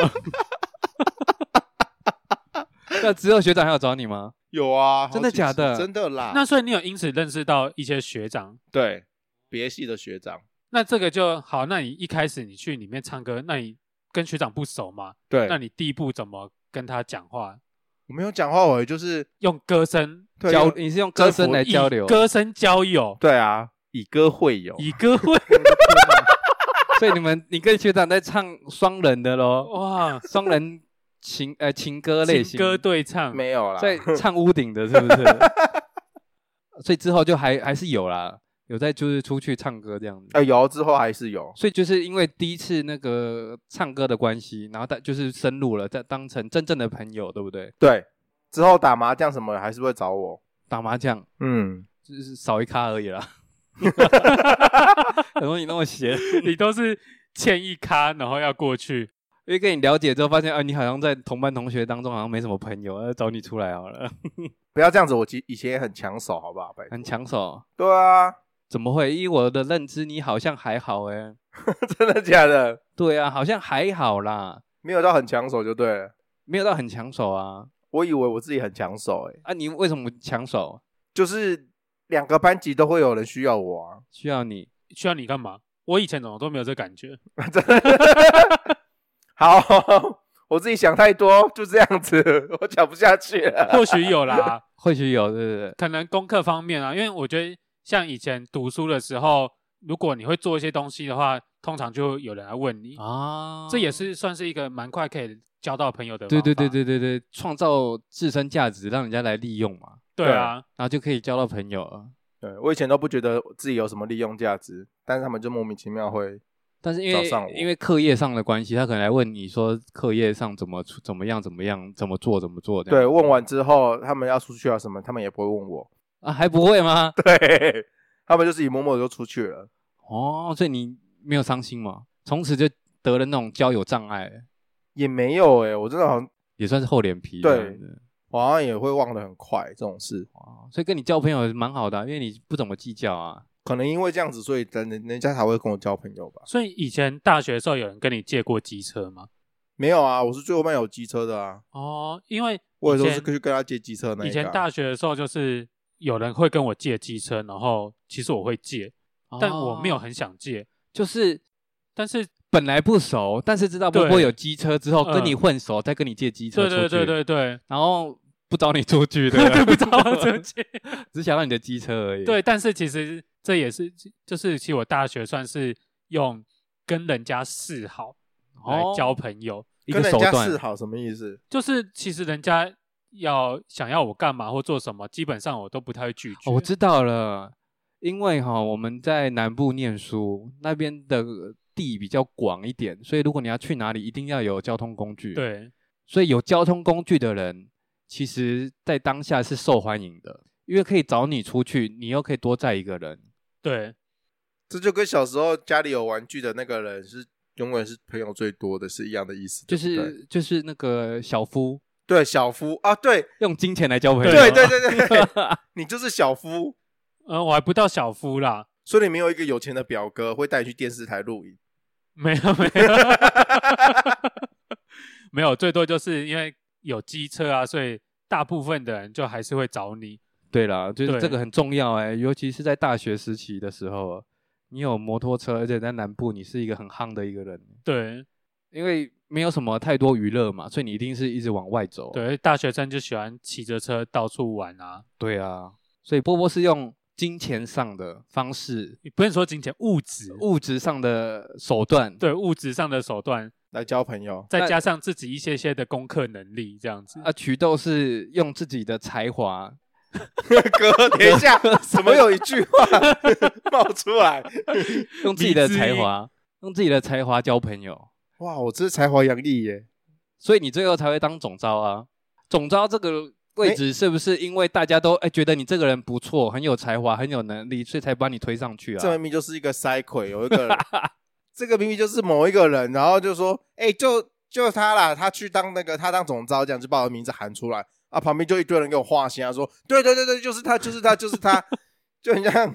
[SPEAKER 3] 那之后学长还有找你吗？
[SPEAKER 1] 有啊，好
[SPEAKER 3] 真的
[SPEAKER 1] 几次
[SPEAKER 3] 假的
[SPEAKER 1] 真的啦。
[SPEAKER 2] 那所以你有因此认识到一些学长，
[SPEAKER 1] 对，别系的学长，
[SPEAKER 2] 那这个就好。那你一开始你去里面唱歌，那你跟学长不熟嘛？
[SPEAKER 1] 对
[SPEAKER 2] 那你第一步怎么跟他讲话？
[SPEAKER 1] 我没有讲话，我就是
[SPEAKER 2] 用歌声
[SPEAKER 1] 对
[SPEAKER 3] 交
[SPEAKER 1] 用
[SPEAKER 3] 你是用 歌声来
[SPEAKER 2] 以
[SPEAKER 3] 交流，
[SPEAKER 2] 歌声交 友，
[SPEAKER 1] 对啊，以歌会友，
[SPEAKER 2] 以歌会
[SPEAKER 3] 所以你们你跟学长在唱双人的喽，
[SPEAKER 2] 哇，
[SPEAKER 3] 双人情呃哦情歌类
[SPEAKER 2] 情
[SPEAKER 3] 型，
[SPEAKER 2] 歌对 唱，
[SPEAKER 1] 没有啦。
[SPEAKER 3] 在唱屋顶的是不 是？所以之后就还还是有啦，有在就是出去唱歌这样子。
[SPEAKER 1] 呃，有之后还是有，
[SPEAKER 3] 所以就是因为第一次那个唱歌的关系，然后他就是深入了，再当成真正的朋友，对不对？
[SPEAKER 1] 对，之后打麻将什么的还是会找我。
[SPEAKER 3] 打麻将
[SPEAKER 1] 嗯，
[SPEAKER 3] 就是少一咖而已啦。 很容易那么闲，
[SPEAKER 2] 你都是欠一咖，然后要过去。
[SPEAKER 3] 因为跟你了解之后发现，啊，你好像在同班同学当中好像没什么朋友，要找你出来好了，
[SPEAKER 1] 不要这样子，我以以前也很抢手，好不好？拜托
[SPEAKER 3] 很抢手。
[SPEAKER 1] 对啊，
[SPEAKER 3] 怎么会？依我的认知，你好像还好哎、
[SPEAKER 1] 真的假的？
[SPEAKER 3] 对啊，好像还好啦，
[SPEAKER 1] 没有到很抢手就对了。
[SPEAKER 3] 没有到很抢手啊。
[SPEAKER 1] 我以为我自己很抢手、欸，哎，
[SPEAKER 3] 啊，你为什么抢手？
[SPEAKER 1] 就是两个班级都会有人需要我啊。
[SPEAKER 3] 需要你
[SPEAKER 2] 需要你干嘛？我以前怎么都没有这感觉。
[SPEAKER 1] 好，我自己想太多，就这样子，我讲不下去了。
[SPEAKER 2] 或许有 啦，
[SPEAKER 3] 或许有，对不对？
[SPEAKER 2] 可能功课方面啊，因为我觉得像以前读书的时候，如果你会做一些东西的话，通常就会有人来问你。
[SPEAKER 3] 啊
[SPEAKER 2] 这也是算是一个蛮快可以交到朋友的。
[SPEAKER 3] 对对对对对对，创造自身价值，让人家来利用嘛，
[SPEAKER 2] 对啊！
[SPEAKER 3] 然后就可以交到朋友了。
[SPEAKER 1] 对我以前都不觉得自己有什么利用价值，但是他们就莫名其妙会
[SPEAKER 3] 但是因
[SPEAKER 1] 找上我
[SPEAKER 3] 为因为课业上的关系，他可能来问你说课业上怎么处怎么样怎么样怎么做怎么做这样
[SPEAKER 1] 对问完之后，他们要出去啊什么，他们也不会问我，
[SPEAKER 3] 啊还不会吗？
[SPEAKER 1] 对他们就自己默默地就出去了。
[SPEAKER 3] 哦，所以你没有伤心嘛？从此就得了那种交友障碍，
[SPEAKER 1] 也没有哎、我真的好像
[SPEAKER 3] 也算是厚脸皮这
[SPEAKER 1] 对
[SPEAKER 3] 样子。
[SPEAKER 1] 我好像也会忘得很快这种事，
[SPEAKER 3] 哦，所以跟你交朋友蛮好的啊、因为你不怎么计较啊。
[SPEAKER 1] 可能因为这样子，所以人人家才会跟我交朋友吧。
[SPEAKER 2] 所以以前大学的时候，有人跟你借过机车吗？
[SPEAKER 1] 没有啊，我是最后面有机车的啊，
[SPEAKER 2] 哦，因为
[SPEAKER 1] 我
[SPEAKER 2] 以
[SPEAKER 1] 也都是
[SPEAKER 2] 前
[SPEAKER 1] 去跟他借机车的那一
[SPEAKER 2] 以
[SPEAKER 1] 个啊
[SPEAKER 2] 前大学的时候，就是有人会跟我借机车，然后其实我会借，但我没有
[SPEAKER 3] 哦，
[SPEAKER 2] 很想借。
[SPEAKER 3] 就是
[SPEAKER 2] 但是，
[SPEAKER 3] 本来不熟，但是知道波波
[SPEAKER 2] 对
[SPEAKER 3] 有机车之后，
[SPEAKER 2] 嗯
[SPEAKER 3] 跟你混熟，再跟你借机车
[SPEAKER 2] 对
[SPEAKER 3] 出去，
[SPEAKER 2] 对对对对，
[SPEAKER 3] 然后不找你出去，
[SPEAKER 1] 啊
[SPEAKER 3] 对
[SPEAKER 2] 对
[SPEAKER 3] 不
[SPEAKER 2] 不
[SPEAKER 3] 对
[SPEAKER 2] 知道怎么借。
[SPEAKER 3] 只想要你的机车而已。
[SPEAKER 2] 对，但是其实这也是，就是其实我大学算是用跟人家示好来
[SPEAKER 3] 哦
[SPEAKER 2] 交朋友，
[SPEAKER 3] 一
[SPEAKER 1] 跟
[SPEAKER 3] 个
[SPEAKER 1] 人
[SPEAKER 3] 手
[SPEAKER 1] 家
[SPEAKER 3] 段
[SPEAKER 1] 示好什么意思？
[SPEAKER 2] 就是其实人家要想要我干嘛或做什么，基本上我都不太会拒绝。
[SPEAKER 3] 哦我知道了，因为哈、我们在南部念书，那边的地比较广一点，所以如果你要去哪里，一定要有交通工具。，
[SPEAKER 2] 对，
[SPEAKER 3] 所以有交通工具的人，其实在当下是受欢迎的，因为可以找你出去，你又可以多载一个人。
[SPEAKER 2] 对，
[SPEAKER 1] 这就跟小时候家里有玩具的那个人是永远是朋友最多的是一样的意思，
[SPEAKER 3] 就
[SPEAKER 1] 对不对
[SPEAKER 3] 是就是那个小夫
[SPEAKER 1] 对小夫啊，对
[SPEAKER 3] 用金钱来交朋友，啊
[SPEAKER 1] 对对对 对，你就是小夫，
[SPEAKER 2] 嗯，我还不到小夫啦，
[SPEAKER 1] 所以你没有一个有钱的表哥会带你去电视台录影，
[SPEAKER 2] 没有 没有没有，最多就是因为有机车啊，所以大部分的人就还是会找你。
[SPEAKER 3] 对啦，就是这
[SPEAKER 2] 对
[SPEAKER 3] 个很重要哎、尤其是在大学时期的时候，你有摩托车，而且在南部你是一个很夯的一个人，
[SPEAKER 2] 对
[SPEAKER 3] 因为没有什么太多娱乐嘛，所以哦你一定是一直往外走。
[SPEAKER 2] 对，大学生就喜欢骑着车到处玩啊。
[SPEAKER 3] 对啊，所以波波是用金钱上的方式、
[SPEAKER 2] 你不能说金钱，物质，
[SPEAKER 3] 物质上的手段，
[SPEAKER 2] 对物质上的手段，
[SPEAKER 1] 来交朋友，
[SPEAKER 2] 再
[SPEAKER 3] 那
[SPEAKER 2] 加上自己一些些的功课能力，这样子。
[SPEAKER 3] 啊，瞿豆是用自己的才华，
[SPEAKER 1] 哥，等一 下，怎么有一句话 冒出来？
[SPEAKER 3] 用自己的才华，用自己的才华交朋友，
[SPEAKER 1] 哇，我这才华洋溢耶！
[SPEAKER 3] 所以你最后才会当总招啊。总招这个位置是不是因为大家都哎、觉得你这个人不错，很有才华，很有能力，所以才把你推上去啊
[SPEAKER 1] 这？明明就是一个塞鬼，有一个人 这个明明就是某一个人，然后就说，哎、就就他啦，他去当那个，他当总招，这样就把我的名字喊出来啊，旁边就一堆人给我画心啊，说，对对对对，就是他，就是他，就是他， 就很像，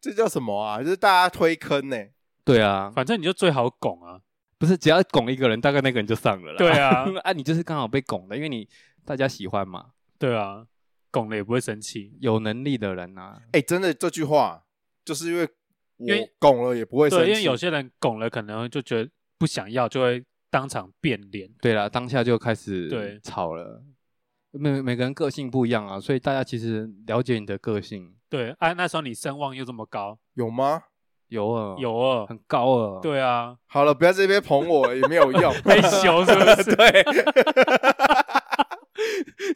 [SPEAKER 1] 这叫什么啊？就是大家推坑呢、
[SPEAKER 3] 对啊，
[SPEAKER 2] 反正你就最好拱啊，
[SPEAKER 3] 不是只要拱一个人，大概那个人就上了啦。
[SPEAKER 2] 对啊，
[SPEAKER 3] 啊，你就是刚好被拱的，因为你大家喜欢嘛，
[SPEAKER 2] 对啊，拱了也不会生气。
[SPEAKER 3] 有能力的人啊，
[SPEAKER 1] 哎、真的这句话，就是因为
[SPEAKER 2] 因为
[SPEAKER 1] 我拱了也不会生
[SPEAKER 2] 对，
[SPEAKER 1] 气，
[SPEAKER 2] 因为有些人拱了，可能就觉得不想要，就会当场变脸。
[SPEAKER 3] 对啦，当下就开始
[SPEAKER 2] 对
[SPEAKER 3] 吵了。每每个人个性不一样啊，所以大家其实了解你的个性，
[SPEAKER 2] 对啊，那时候你声望又这么高，
[SPEAKER 1] 有吗？
[SPEAKER 3] 有啊，
[SPEAKER 2] 有哦，
[SPEAKER 3] 很高啊。
[SPEAKER 2] 对 啊，
[SPEAKER 1] 好了，不要在这边捧我，也没有 用。
[SPEAKER 2] 害羞是不是？
[SPEAKER 1] 对，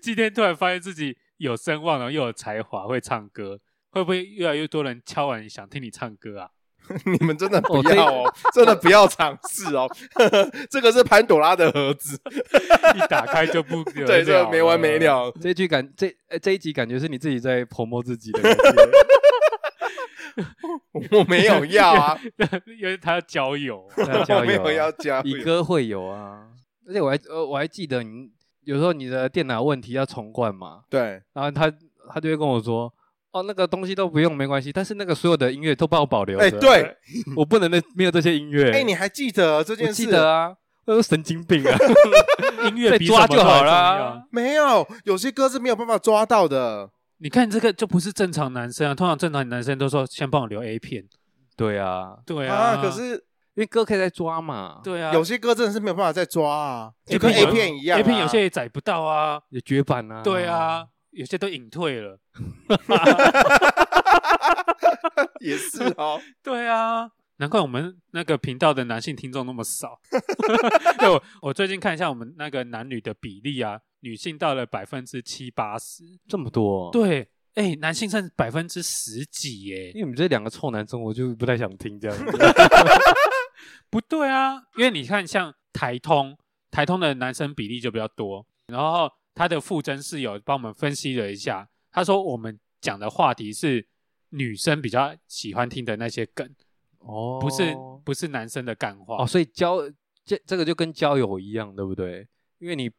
[SPEAKER 2] 今天突然发现自己有声望，然后又有才华，会唱歌，会不会越来越多人敲碗想听你唱歌啊？
[SPEAKER 1] 你们真的不
[SPEAKER 3] 我可以
[SPEAKER 1] 要哦，真的不要尝试哦， 这个是潘朵拉的盒 子，
[SPEAKER 2] 一打开就 不得
[SPEAKER 1] 对，这
[SPEAKER 3] 啊
[SPEAKER 1] 个没完没。了。
[SPEAKER 3] 这一句感这呃这一集感觉是你自己在 promo 自 己的感觉，
[SPEAKER 1] 我没有要 啊，
[SPEAKER 2] 因为他要交友，
[SPEAKER 3] 大家
[SPEAKER 1] 我
[SPEAKER 3] 加
[SPEAKER 1] 没
[SPEAKER 3] 油
[SPEAKER 1] 有要
[SPEAKER 3] 啊，
[SPEAKER 1] 加
[SPEAKER 3] 以
[SPEAKER 1] 油。
[SPEAKER 3] 歌会友啊。而且我还呃我还记得你有时候你的电脑问题要重灌嘛，
[SPEAKER 1] 对，
[SPEAKER 3] 然后他他就会跟我说，哦，那个东西都不用，没关系，但是那个所有的音乐都帮我保留着。
[SPEAKER 1] 哎，对，
[SPEAKER 3] 我不能那没有这些音乐。
[SPEAKER 1] 哎，你还记得这
[SPEAKER 3] 我
[SPEAKER 1] 件
[SPEAKER 3] 记
[SPEAKER 1] 事？
[SPEAKER 3] 得啊，我有神经病啊，
[SPEAKER 2] 音乐比
[SPEAKER 3] 再抓
[SPEAKER 2] 什么都
[SPEAKER 3] 就好
[SPEAKER 2] 还
[SPEAKER 3] 啦
[SPEAKER 2] 重要。
[SPEAKER 1] 没有，有些歌是没有办法抓到的。
[SPEAKER 2] 你看这个就不是正常男生啊，通常正常男生都说先帮我留 A 片，
[SPEAKER 3] 对啊，
[SPEAKER 2] 对
[SPEAKER 1] 啊，可是
[SPEAKER 3] 因为歌可以再抓嘛，，
[SPEAKER 2] 对啊，
[SPEAKER 1] 有些歌真的是没有办法再抓啊，就
[SPEAKER 2] 就
[SPEAKER 3] 哎
[SPEAKER 1] 跟
[SPEAKER 2] 跟
[SPEAKER 1] A
[SPEAKER 2] 有
[SPEAKER 1] 片一样啊。
[SPEAKER 2] A 片有些也载不到啊，
[SPEAKER 3] 有绝版啊，
[SPEAKER 2] 对，啊，有些都隐退了，
[SPEAKER 1] 也是 哦，
[SPEAKER 2] 对啊，难怪我们那个频道的男性听众那么少。 对我，我最近看一下我们那个男女的比例啊，女性到了百分之七八十，
[SPEAKER 3] 这么多，，
[SPEAKER 2] 对，哎，男性剩百分之十几耶
[SPEAKER 3] 因，为你们这两个臭男生，我就不太想听这样子。
[SPEAKER 2] 不对啊，因为你看像台通，台通的男生比例就比较多，然后他的傅真室友帮我们分析了一下，他说我们讲的话题是女生比较喜欢听的那些梗，
[SPEAKER 3] 哦
[SPEAKER 2] 不是不是男生的干话
[SPEAKER 3] 哦，所以交这这个就跟交友一样，对不对？因为你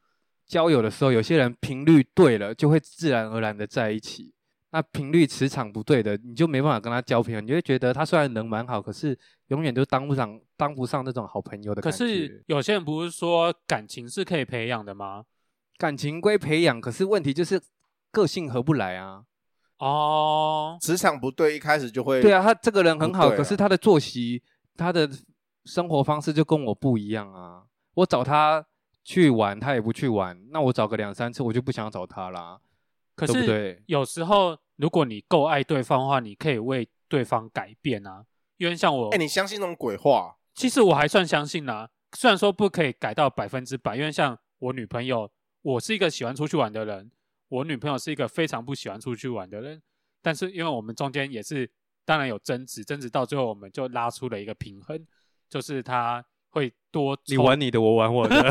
[SPEAKER 3] 交友的时候，有些人频率对了，就会自然而然的在一起。那频率磁场不对的，你就没办法跟他交朋友，你就会觉得他虽然人蛮好，可是永远都当不上当不上那种好朋友的
[SPEAKER 2] 可
[SPEAKER 3] 感觉。
[SPEAKER 2] 是有些人不是说感情是可以培养的吗？
[SPEAKER 3] 感情归培养，可是问题就是个性合不来啊。
[SPEAKER 2] 哦，
[SPEAKER 1] 磁场不对，一开始就会
[SPEAKER 3] 对啊，他这个人很好，
[SPEAKER 1] 不对啊
[SPEAKER 3] 可是他的作息、他的生活方式就跟我不一样啊。我找他去玩，他也不去玩，那我找个两三次，我就不想找他啦，
[SPEAKER 2] 可
[SPEAKER 3] 对不
[SPEAKER 2] 是
[SPEAKER 3] 对？
[SPEAKER 2] 有时候如果你够爱对方的话，你可以为对方改变啊。因为像我，
[SPEAKER 1] 哎、你相信那种鬼话？
[SPEAKER 2] 其实我还算相信啦、虽然说不可以改到百分之百，因为像我女朋友，我是一个喜欢出去玩的人，我女朋友是一个非常不喜欢出去玩的人。但是因为我们中间也是当然有争执，争执到最后我们就拉出了一个平衡，就是她会多
[SPEAKER 3] 你
[SPEAKER 2] 抽
[SPEAKER 3] 玩你的，我玩我 的，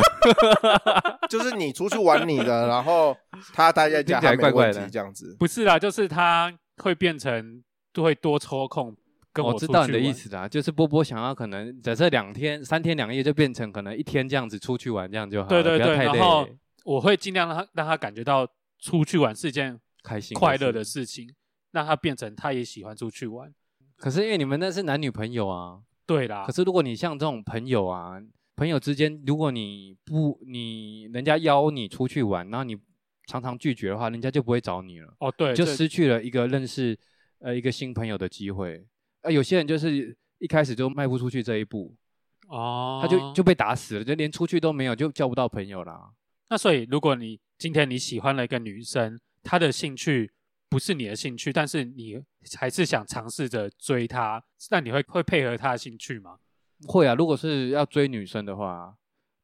[SPEAKER 1] 就是你出去玩你的，然后他待在家，
[SPEAKER 3] 听起
[SPEAKER 1] 他
[SPEAKER 3] 来
[SPEAKER 1] 没问
[SPEAKER 3] 怪怪
[SPEAKER 1] 题
[SPEAKER 3] 的
[SPEAKER 1] 这样子。
[SPEAKER 2] 不是啦，就是他会变成会多抽空跟
[SPEAKER 3] 我
[SPEAKER 2] 出
[SPEAKER 3] 哦知
[SPEAKER 2] 去
[SPEAKER 3] 道你的
[SPEAKER 2] 玩
[SPEAKER 3] 意。思啦，就是波波想要可能假设两天、三天两夜就变成可能一天这样子出去玩，这样就好
[SPEAKER 2] 对
[SPEAKER 3] 了，
[SPEAKER 2] 对
[SPEAKER 3] 不要
[SPEAKER 2] 对，
[SPEAKER 3] 太
[SPEAKER 2] 然
[SPEAKER 3] 累
[SPEAKER 2] 后我会尽量让他让他感觉到出去玩是一件
[SPEAKER 3] 开心
[SPEAKER 2] 快乐的。事情，让他变成他也喜欢出去玩。
[SPEAKER 3] 可是因为你们那是男女朋友啊，
[SPEAKER 2] 对啦
[SPEAKER 3] 可，是如果你像这种朋友啊，朋友之间，如果你不你人家邀你出去玩，然后你常常拒绝的话，人家就不会找你了，
[SPEAKER 2] 哦对，
[SPEAKER 3] 就
[SPEAKER 2] 这
[SPEAKER 3] 失去了一个认识呃一个新朋友的机会。呃，有些人就是一开始就迈不出去这一步，
[SPEAKER 2] 哦，
[SPEAKER 3] 他就就被打死了，就连出去都没有，就交不到朋友啦。
[SPEAKER 2] 那所以，如果你今天你喜欢了一个女生，她的兴趣不是你的兴趣，但是你还是想尝试着追他，那你会会配合他的兴趣吗？
[SPEAKER 3] 会啊，如果是要追女生的话，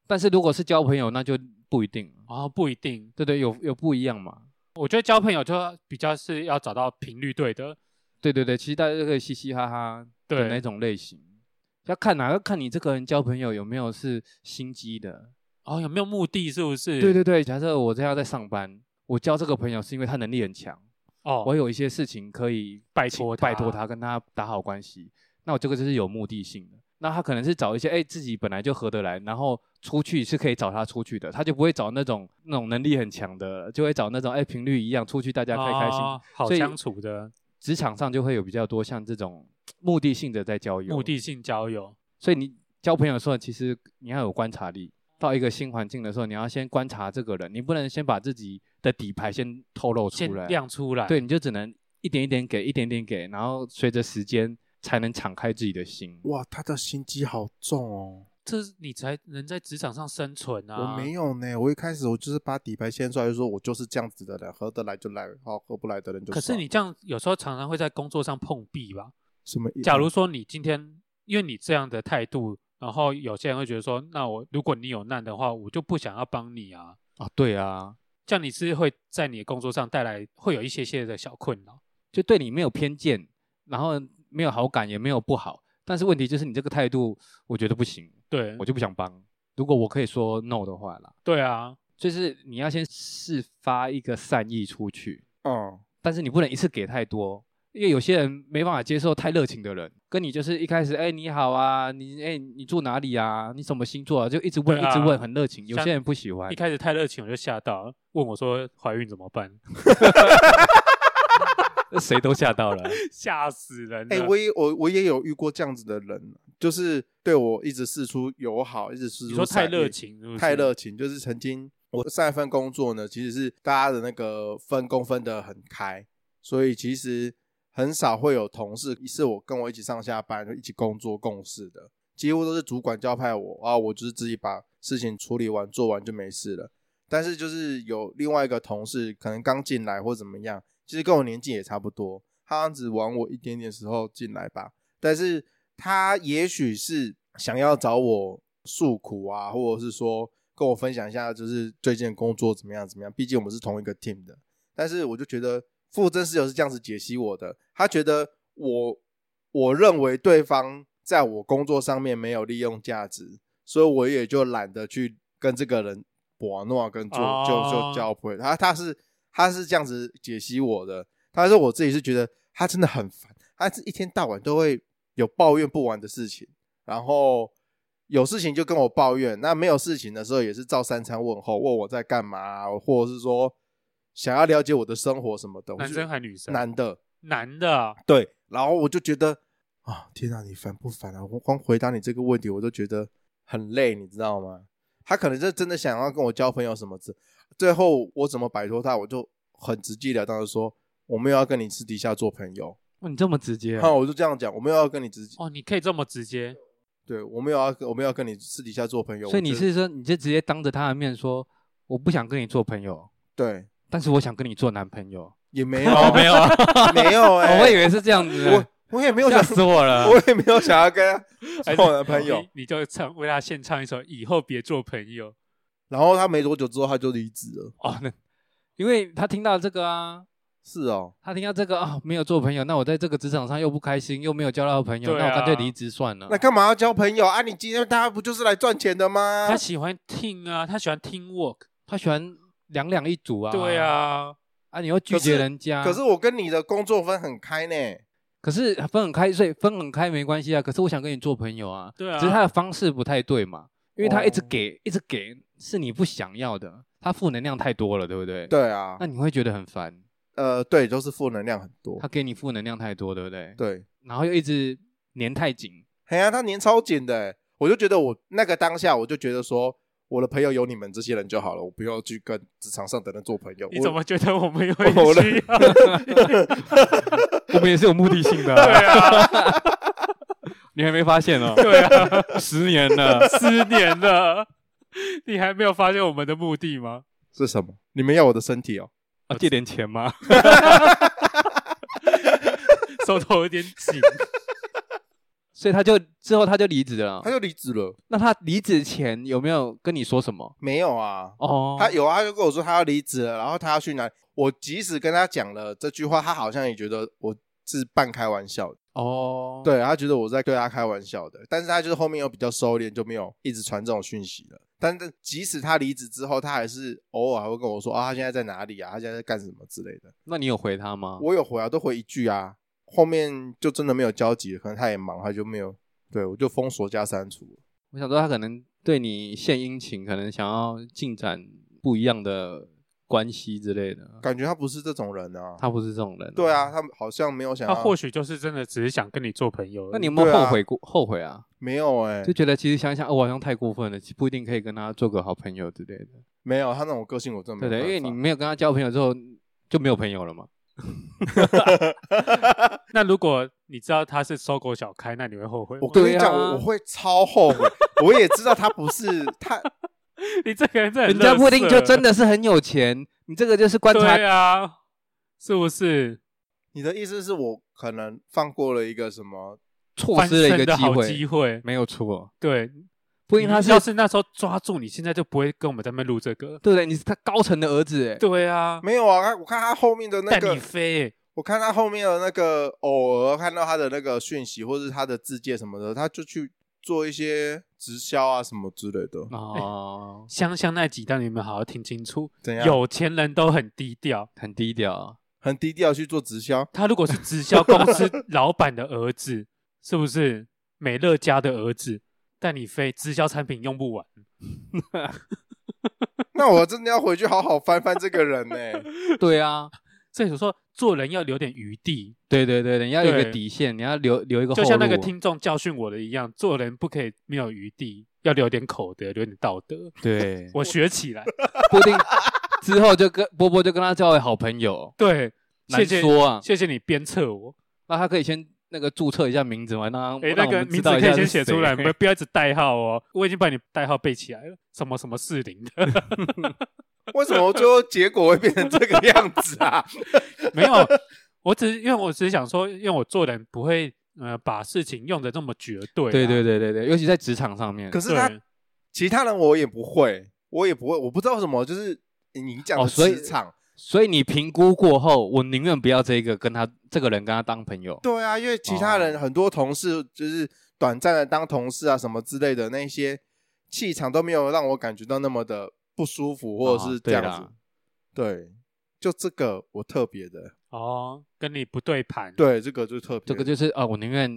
[SPEAKER 3] 但是如果是交朋友，那就不一定。
[SPEAKER 2] 哦，不一定。
[SPEAKER 3] 对对，有有不一样嘛。
[SPEAKER 2] 我觉得交朋友就比较是要找到频率对的，
[SPEAKER 3] 对对对，其实大家都可以嘻嘻哈哈的
[SPEAKER 2] 对
[SPEAKER 3] 那种类型，要看啊哪、要看你这个人交朋友有没有是心机的。
[SPEAKER 2] 哦，有没有目的？是不是？
[SPEAKER 3] 对对对，假设我这样在上班，我交这个朋友是因为他能力很强，
[SPEAKER 2] 哦，
[SPEAKER 3] 我有一些事情可以
[SPEAKER 2] 拜
[SPEAKER 3] 请
[SPEAKER 2] 托
[SPEAKER 3] 拜托
[SPEAKER 2] 他
[SPEAKER 3] 他，跟他打好关系。那我这个就是有目的性的。那他可能是找一些哎、自己本来就合得来，然后出去是可以找他出去的，他就不会找那种那种能力很强的，就会找那种哎、频率一样出去大家开开心。
[SPEAKER 2] 哦好
[SPEAKER 3] 所以
[SPEAKER 2] 相处的
[SPEAKER 3] 职场上就会有比较多像这种目的性的在交友。
[SPEAKER 2] 目的性交友。
[SPEAKER 3] 所以你交朋友的时候，其实你要有观察力。到一个新环境的时候，你要先观察这个人，你不能先把自己的底牌先透露
[SPEAKER 2] 先
[SPEAKER 3] 出来。
[SPEAKER 2] 亮出来，
[SPEAKER 3] 对，你就只能一点一点给，一点点给，然后随着时间才能敞开自己的心。
[SPEAKER 1] 哇，他的心机好重哦！
[SPEAKER 2] 这是你才能在职场上生存啊！
[SPEAKER 1] 我没有呢，我一开始我就是把底牌掀出来，就说我就是这样子的人，合得来就来，好合不来的人就
[SPEAKER 2] 可是
[SPEAKER 1] 算
[SPEAKER 2] 你这样有时候常常会在工作上碰壁吧？
[SPEAKER 1] 什么意？
[SPEAKER 2] 假如说你今天因为你这样的态度，然后有些人会觉得说，那我如果你有难的话，我就不想要帮你啊。
[SPEAKER 3] 啊，对啊，
[SPEAKER 2] 这样你是会在你的工作上带来会有一些些的小困扰。
[SPEAKER 3] 就对你没有偏见，然后没有好感，也没有不好。但是问题就是你这个态度，我觉得不行，
[SPEAKER 2] 对
[SPEAKER 3] 我，就不想帮。如果我可以说 no 的话啦，
[SPEAKER 2] 对啊，
[SPEAKER 3] 就是你要先试发一个善意出去，
[SPEAKER 1] 嗯，
[SPEAKER 3] 但是你不能一次给太多，因为有些人没办法接受太热情的人，跟你就是一开始哎、你好啊，你哎、你住哪里啊，你什么星座啊，就一直问、
[SPEAKER 2] 对啊
[SPEAKER 3] 一直问，很热情。有
[SPEAKER 2] 像
[SPEAKER 3] 些人不喜欢
[SPEAKER 2] 一，开始太热情我就吓到了，问我说怀孕怎么办，
[SPEAKER 3] 谁都吓到了。
[SPEAKER 2] 吓死人了！
[SPEAKER 1] 哎、我也我我也有遇过这样子的人，就是对我一直示出友好，一直示出
[SPEAKER 2] 你说太
[SPEAKER 1] 善意
[SPEAKER 2] 热情是不是
[SPEAKER 1] 太热情，就是曾经我上一份工作呢，其实是大家的那个分工分得很开，所以其实很少会有同事是我跟我一起上下班、一起工作共事的，几乎都是主管交派我啊，我就是自己把事情处理完、做完就没事了。但是就是有另外一个同事，可能刚进来或怎么样，其实跟我年纪也差不多，他好像只晚我一点点时候进来吧。但是他也许是想要找我诉苦啊，或者是说跟我分享一下，就是最近的工作怎么样怎么样。毕竟我们是同一个 team 的，但是我就觉得傅真室友是这样子解析我的，他觉得我我认为对方在我工作上面没有利用价值，所以我也就懒得去跟这个人玩闹跟做就
[SPEAKER 2] 哦
[SPEAKER 1] 就交朋友。他他是他是这样子解析我的，但是我自己是觉得他真的很烦，他是一天到晚都会有抱怨不完的事情，然后有事情就跟我抱怨，那没有事情的时候也是照三餐问候，问我在干嘛、啊或者是说想要了解我的生活什么的。我就
[SPEAKER 2] 男生还女生？
[SPEAKER 1] 男的
[SPEAKER 2] 男的啊，
[SPEAKER 1] 对，然后我就觉得啊，天啊，你烦不烦啊？我光回答你这个问题，我都觉得很累，你知道吗？他可能是真的想要跟我交朋友什么之，最后我怎么摆脱他，我就很直截了当的说，我没有要跟你私底下做朋友。
[SPEAKER 3] 哇， 你这么直接、
[SPEAKER 1] 然
[SPEAKER 3] 啊，
[SPEAKER 1] 后我就这样讲，我没有要跟你直，
[SPEAKER 2] 哦，你可以这么 直接，
[SPEAKER 1] 对我没有要跟我没有要跟你私底下做朋友。
[SPEAKER 3] 所
[SPEAKER 1] 我
[SPEAKER 3] 以你
[SPEAKER 1] 觉得
[SPEAKER 3] 是说你就直接当着他的面说，我不想跟你做朋友，
[SPEAKER 1] 对
[SPEAKER 3] 但是我想跟你做男朋友。
[SPEAKER 1] 也没有
[SPEAKER 3] 哦，没有啊，
[SPEAKER 1] 没 有哎、
[SPEAKER 3] 哦我以为是这样子，
[SPEAKER 1] 我我也没有
[SPEAKER 3] 吓
[SPEAKER 1] 想，
[SPEAKER 3] 死我了。
[SPEAKER 1] 我也没有想要跟他
[SPEAKER 2] 还
[SPEAKER 1] 做
[SPEAKER 2] 是
[SPEAKER 1] 男朋友。啊
[SPEAKER 2] 你你就唱为他献唱一首《以后别做朋友》。
[SPEAKER 1] 然后他没多久之后他就离职了。
[SPEAKER 3] 哦，那因为他听到这个啊，
[SPEAKER 1] 是哦，
[SPEAKER 3] 他听到这个啊、没有做朋友，那我在这个职场上又不开心，又没有交到朋友，
[SPEAKER 2] 对
[SPEAKER 3] 那
[SPEAKER 2] 啊
[SPEAKER 3] 我干脆离职算了。
[SPEAKER 1] 那干嘛要交朋友啊？你今天大家不就是来赚钱的吗
[SPEAKER 2] 他？喜欢听啊，他喜欢听 work。
[SPEAKER 3] 他喜欢两两一组啊。
[SPEAKER 2] 对，啊，
[SPEAKER 3] 啊，你又拒
[SPEAKER 1] 可
[SPEAKER 3] 绝
[SPEAKER 1] 是
[SPEAKER 3] 人家，
[SPEAKER 1] 可是我跟你的工作分很开呢。
[SPEAKER 3] 可是分很开，所以分很开没关系啊。可是我想跟你做朋友啊，
[SPEAKER 2] 对啊
[SPEAKER 3] 只是他的方式不太对嘛，因为他
[SPEAKER 1] 哦
[SPEAKER 3] 一直给，一直给，是你不想要的，他负能量太多了，对不对？，
[SPEAKER 1] 对啊
[SPEAKER 3] 那，你会觉得很烦，
[SPEAKER 1] 呃，对，都是负能量很多
[SPEAKER 3] 他。给你负能量太多，对不对？
[SPEAKER 1] 对，
[SPEAKER 3] 然后又一直粘太紧，
[SPEAKER 1] 哎呀，他年超紧的欸，我就觉得我那个当下，我就觉得说，我的朋友有你们这些人就好了，我不要去跟职场上的人做朋友。
[SPEAKER 2] 你
[SPEAKER 1] 我
[SPEAKER 2] 怎么觉得我们有
[SPEAKER 1] 我的
[SPEAKER 2] 需要？
[SPEAKER 3] 我们也是有目的性 的、
[SPEAKER 2] 对啊，
[SPEAKER 3] 你还没发现哦？
[SPEAKER 2] 对啊，
[SPEAKER 3] 十年 了，
[SPEAKER 2] 失联了。你还没有发现我们的目的吗？
[SPEAKER 1] 是什么？你们要我的身体哦？
[SPEAKER 3] 啊借点钱吗？
[SPEAKER 2] 手头有点 紧。
[SPEAKER 3] 所以他就之后他就离职了
[SPEAKER 1] 他。就离职了。
[SPEAKER 3] 那他离职前有没有跟你说什么？
[SPEAKER 1] 没有啊，
[SPEAKER 3] 哦，
[SPEAKER 1] 他有啊，他就跟我说他要离职了，然后他要去哪里。我即使跟他讲了这句话，他好像也觉得我是半开玩笑的，
[SPEAKER 3] 哦，，
[SPEAKER 1] 对他觉得我在对他开玩笑的。但是他就是后面又比较收敛，就没有一直传这种讯息了。但是即使他离职之后，他还是偶尔还会跟我说啊，他现在在哪里啊，他现在在干什么之类的。
[SPEAKER 3] 那你有回他吗？
[SPEAKER 1] 我有回啊，都回一句啊，后面就真的没有交集了，可能他也忙，他就没有。对，我就封锁加删除了。
[SPEAKER 3] 我想说他可能对你献殷勤，可能想要进展不一样的关系之类的。
[SPEAKER 1] 感觉他不是这种人啊。
[SPEAKER 3] 嗯他不是这种人、
[SPEAKER 1] 对啊，，他好像没有想
[SPEAKER 2] 他
[SPEAKER 1] 要。
[SPEAKER 2] 或许就是真的只是想跟你做朋友而已。
[SPEAKER 3] 那你有没有
[SPEAKER 1] 对啊
[SPEAKER 3] 后悔过？后悔啊，
[SPEAKER 1] 没有哎、
[SPEAKER 3] 就觉得其实想一想，哦，我好像太过分了，不一定可以跟他做个好朋友之类的。
[SPEAKER 1] 没有他那种个性，我真的
[SPEAKER 3] 对
[SPEAKER 1] 没
[SPEAKER 3] 对，
[SPEAKER 1] 有
[SPEAKER 3] 因为你
[SPEAKER 1] 办法
[SPEAKER 3] 没有跟他交朋友之后，就没有朋友了嘛。
[SPEAKER 2] 那如果你知道他是搜狗小开，那你会后悔吗？
[SPEAKER 1] 我跟你
[SPEAKER 3] 对啊
[SPEAKER 1] 讲，我我会超后悔。我也知道他不是他，
[SPEAKER 2] 你这个人真的很
[SPEAKER 3] 人家不一定就真
[SPEAKER 2] 的
[SPEAKER 3] 的是很有钱，你这个就是观察
[SPEAKER 2] 对啊，是不是？
[SPEAKER 1] 你的意思是我可能放过了一个什么？
[SPEAKER 3] 错
[SPEAKER 2] 翻
[SPEAKER 3] 失了
[SPEAKER 2] 身
[SPEAKER 3] 一个
[SPEAKER 2] 的
[SPEAKER 3] 机
[SPEAKER 2] 好
[SPEAKER 3] 会，
[SPEAKER 2] 机会，
[SPEAKER 3] 没有错。
[SPEAKER 2] 对，
[SPEAKER 3] 不一定他
[SPEAKER 2] 你
[SPEAKER 3] 是
[SPEAKER 2] 要是那时候抓住你，现在就不会跟我们在那边录这个。
[SPEAKER 3] 对不对？你是他高层的儿子，哎，
[SPEAKER 2] 对啊，
[SPEAKER 1] 没有啊，他我看他后面的那
[SPEAKER 2] 带
[SPEAKER 1] 个
[SPEAKER 2] 你，飞，
[SPEAKER 1] 我看他后面的那个，偶尔看到他的那个讯息或者是他的字界什么的，他就去做一些直销啊什么之类的。
[SPEAKER 3] 哦，
[SPEAKER 2] 香香那几段你们好好听清楚，
[SPEAKER 1] 怎样？
[SPEAKER 2] 有钱人都 很低调。
[SPEAKER 3] 很低调。
[SPEAKER 1] 很低调去做直销？
[SPEAKER 2] 他如果是直销公司 老板的儿子，是不是美乐家的儿子？带你飞，直销产品用不完，
[SPEAKER 1] 那我真的要回去好好翻翻这个人呢、
[SPEAKER 3] 对啊，
[SPEAKER 2] 所以我说做人要留点余地，
[SPEAKER 3] 对对对，你要有一个
[SPEAKER 2] 对
[SPEAKER 3] 底线，你要留留一个后
[SPEAKER 2] 就
[SPEAKER 3] 路。啊
[SPEAKER 2] 像那个听众教训我的一样，做人不可以没有余地，要留点口德，留点道德。
[SPEAKER 3] 嗯 对，
[SPEAKER 2] 我学起来，
[SPEAKER 3] 不一定之后就跟波波就跟他交为好朋友，
[SPEAKER 2] 对，谢
[SPEAKER 3] 难
[SPEAKER 2] 谢，
[SPEAKER 3] 说啊。
[SPEAKER 2] 谢谢你鞭策我。
[SPEAKER 3] 那他可以先那个注册一下名字嘛，让他
[SPEAKER 2] 诶，
[SPEAKER 3] 让
[SPEAKER 2] 那
[SPEAKER 3] 我
[SPEAKER 2] 个
[SPEAKER 3] 们
[SPEAKER 2] 名字
[SPEAKER 3] 知道
[SPEAKER 2] 可
[SPEAKER 3] 一下
[SPEAKER 2] 以
[SPEAKER 3] 是
[SPEAKER 2] 先写出来，不
[SPEAKER 3] 谁
[SPEAKER 2] 要不要一直代号哦。我已经把你代号背起来了，什么什么四零的，
[SPEAKER 1] 为什么最后结果会变成这个样子啊？
[SPEAKER 2] 没有，我只是因为我只是想说，因为我做人不会呃把事情用的这么绝对、啊，
[SPEAKER 3] 对对对对对，尤其在职场上面
[SPEAKER 1] 可。是
[SPEAKER 2] 对，
[SPEAKER 1] 他其他人我也不会，我也不会，我不知道为什么，就是你讲的
[SPEAKER 3] 哦所以
[SPEAKER 1] 职场，
[SPEAKER 3] 所以你评估过后，我宁愿不要这个跟他这个人跟他当朋友。
[SPEAKER 1] 对啊，因为其他人
[SPEAKER 3] 哦
[SPEAKER 1] 很多同事就是短暂的当同事啊什么之类的那些气场都没有让我感觉到那么的不舒服或者
[SPEAKER 3] 哦
[SPEAKER 1] 是这
[SPEAKER 3] 对
[SPEAKER 1] 样
[SPEAKER 3] 啦嗯
[SPEAKER 1] 子。对，就这个我特别的，
[SPEAKER 2] 哦，跟你不对盘，，
[SPEAKER 1] 对，这个就特别的，
[SPEAKER 3] 这个就是啊，我宁愿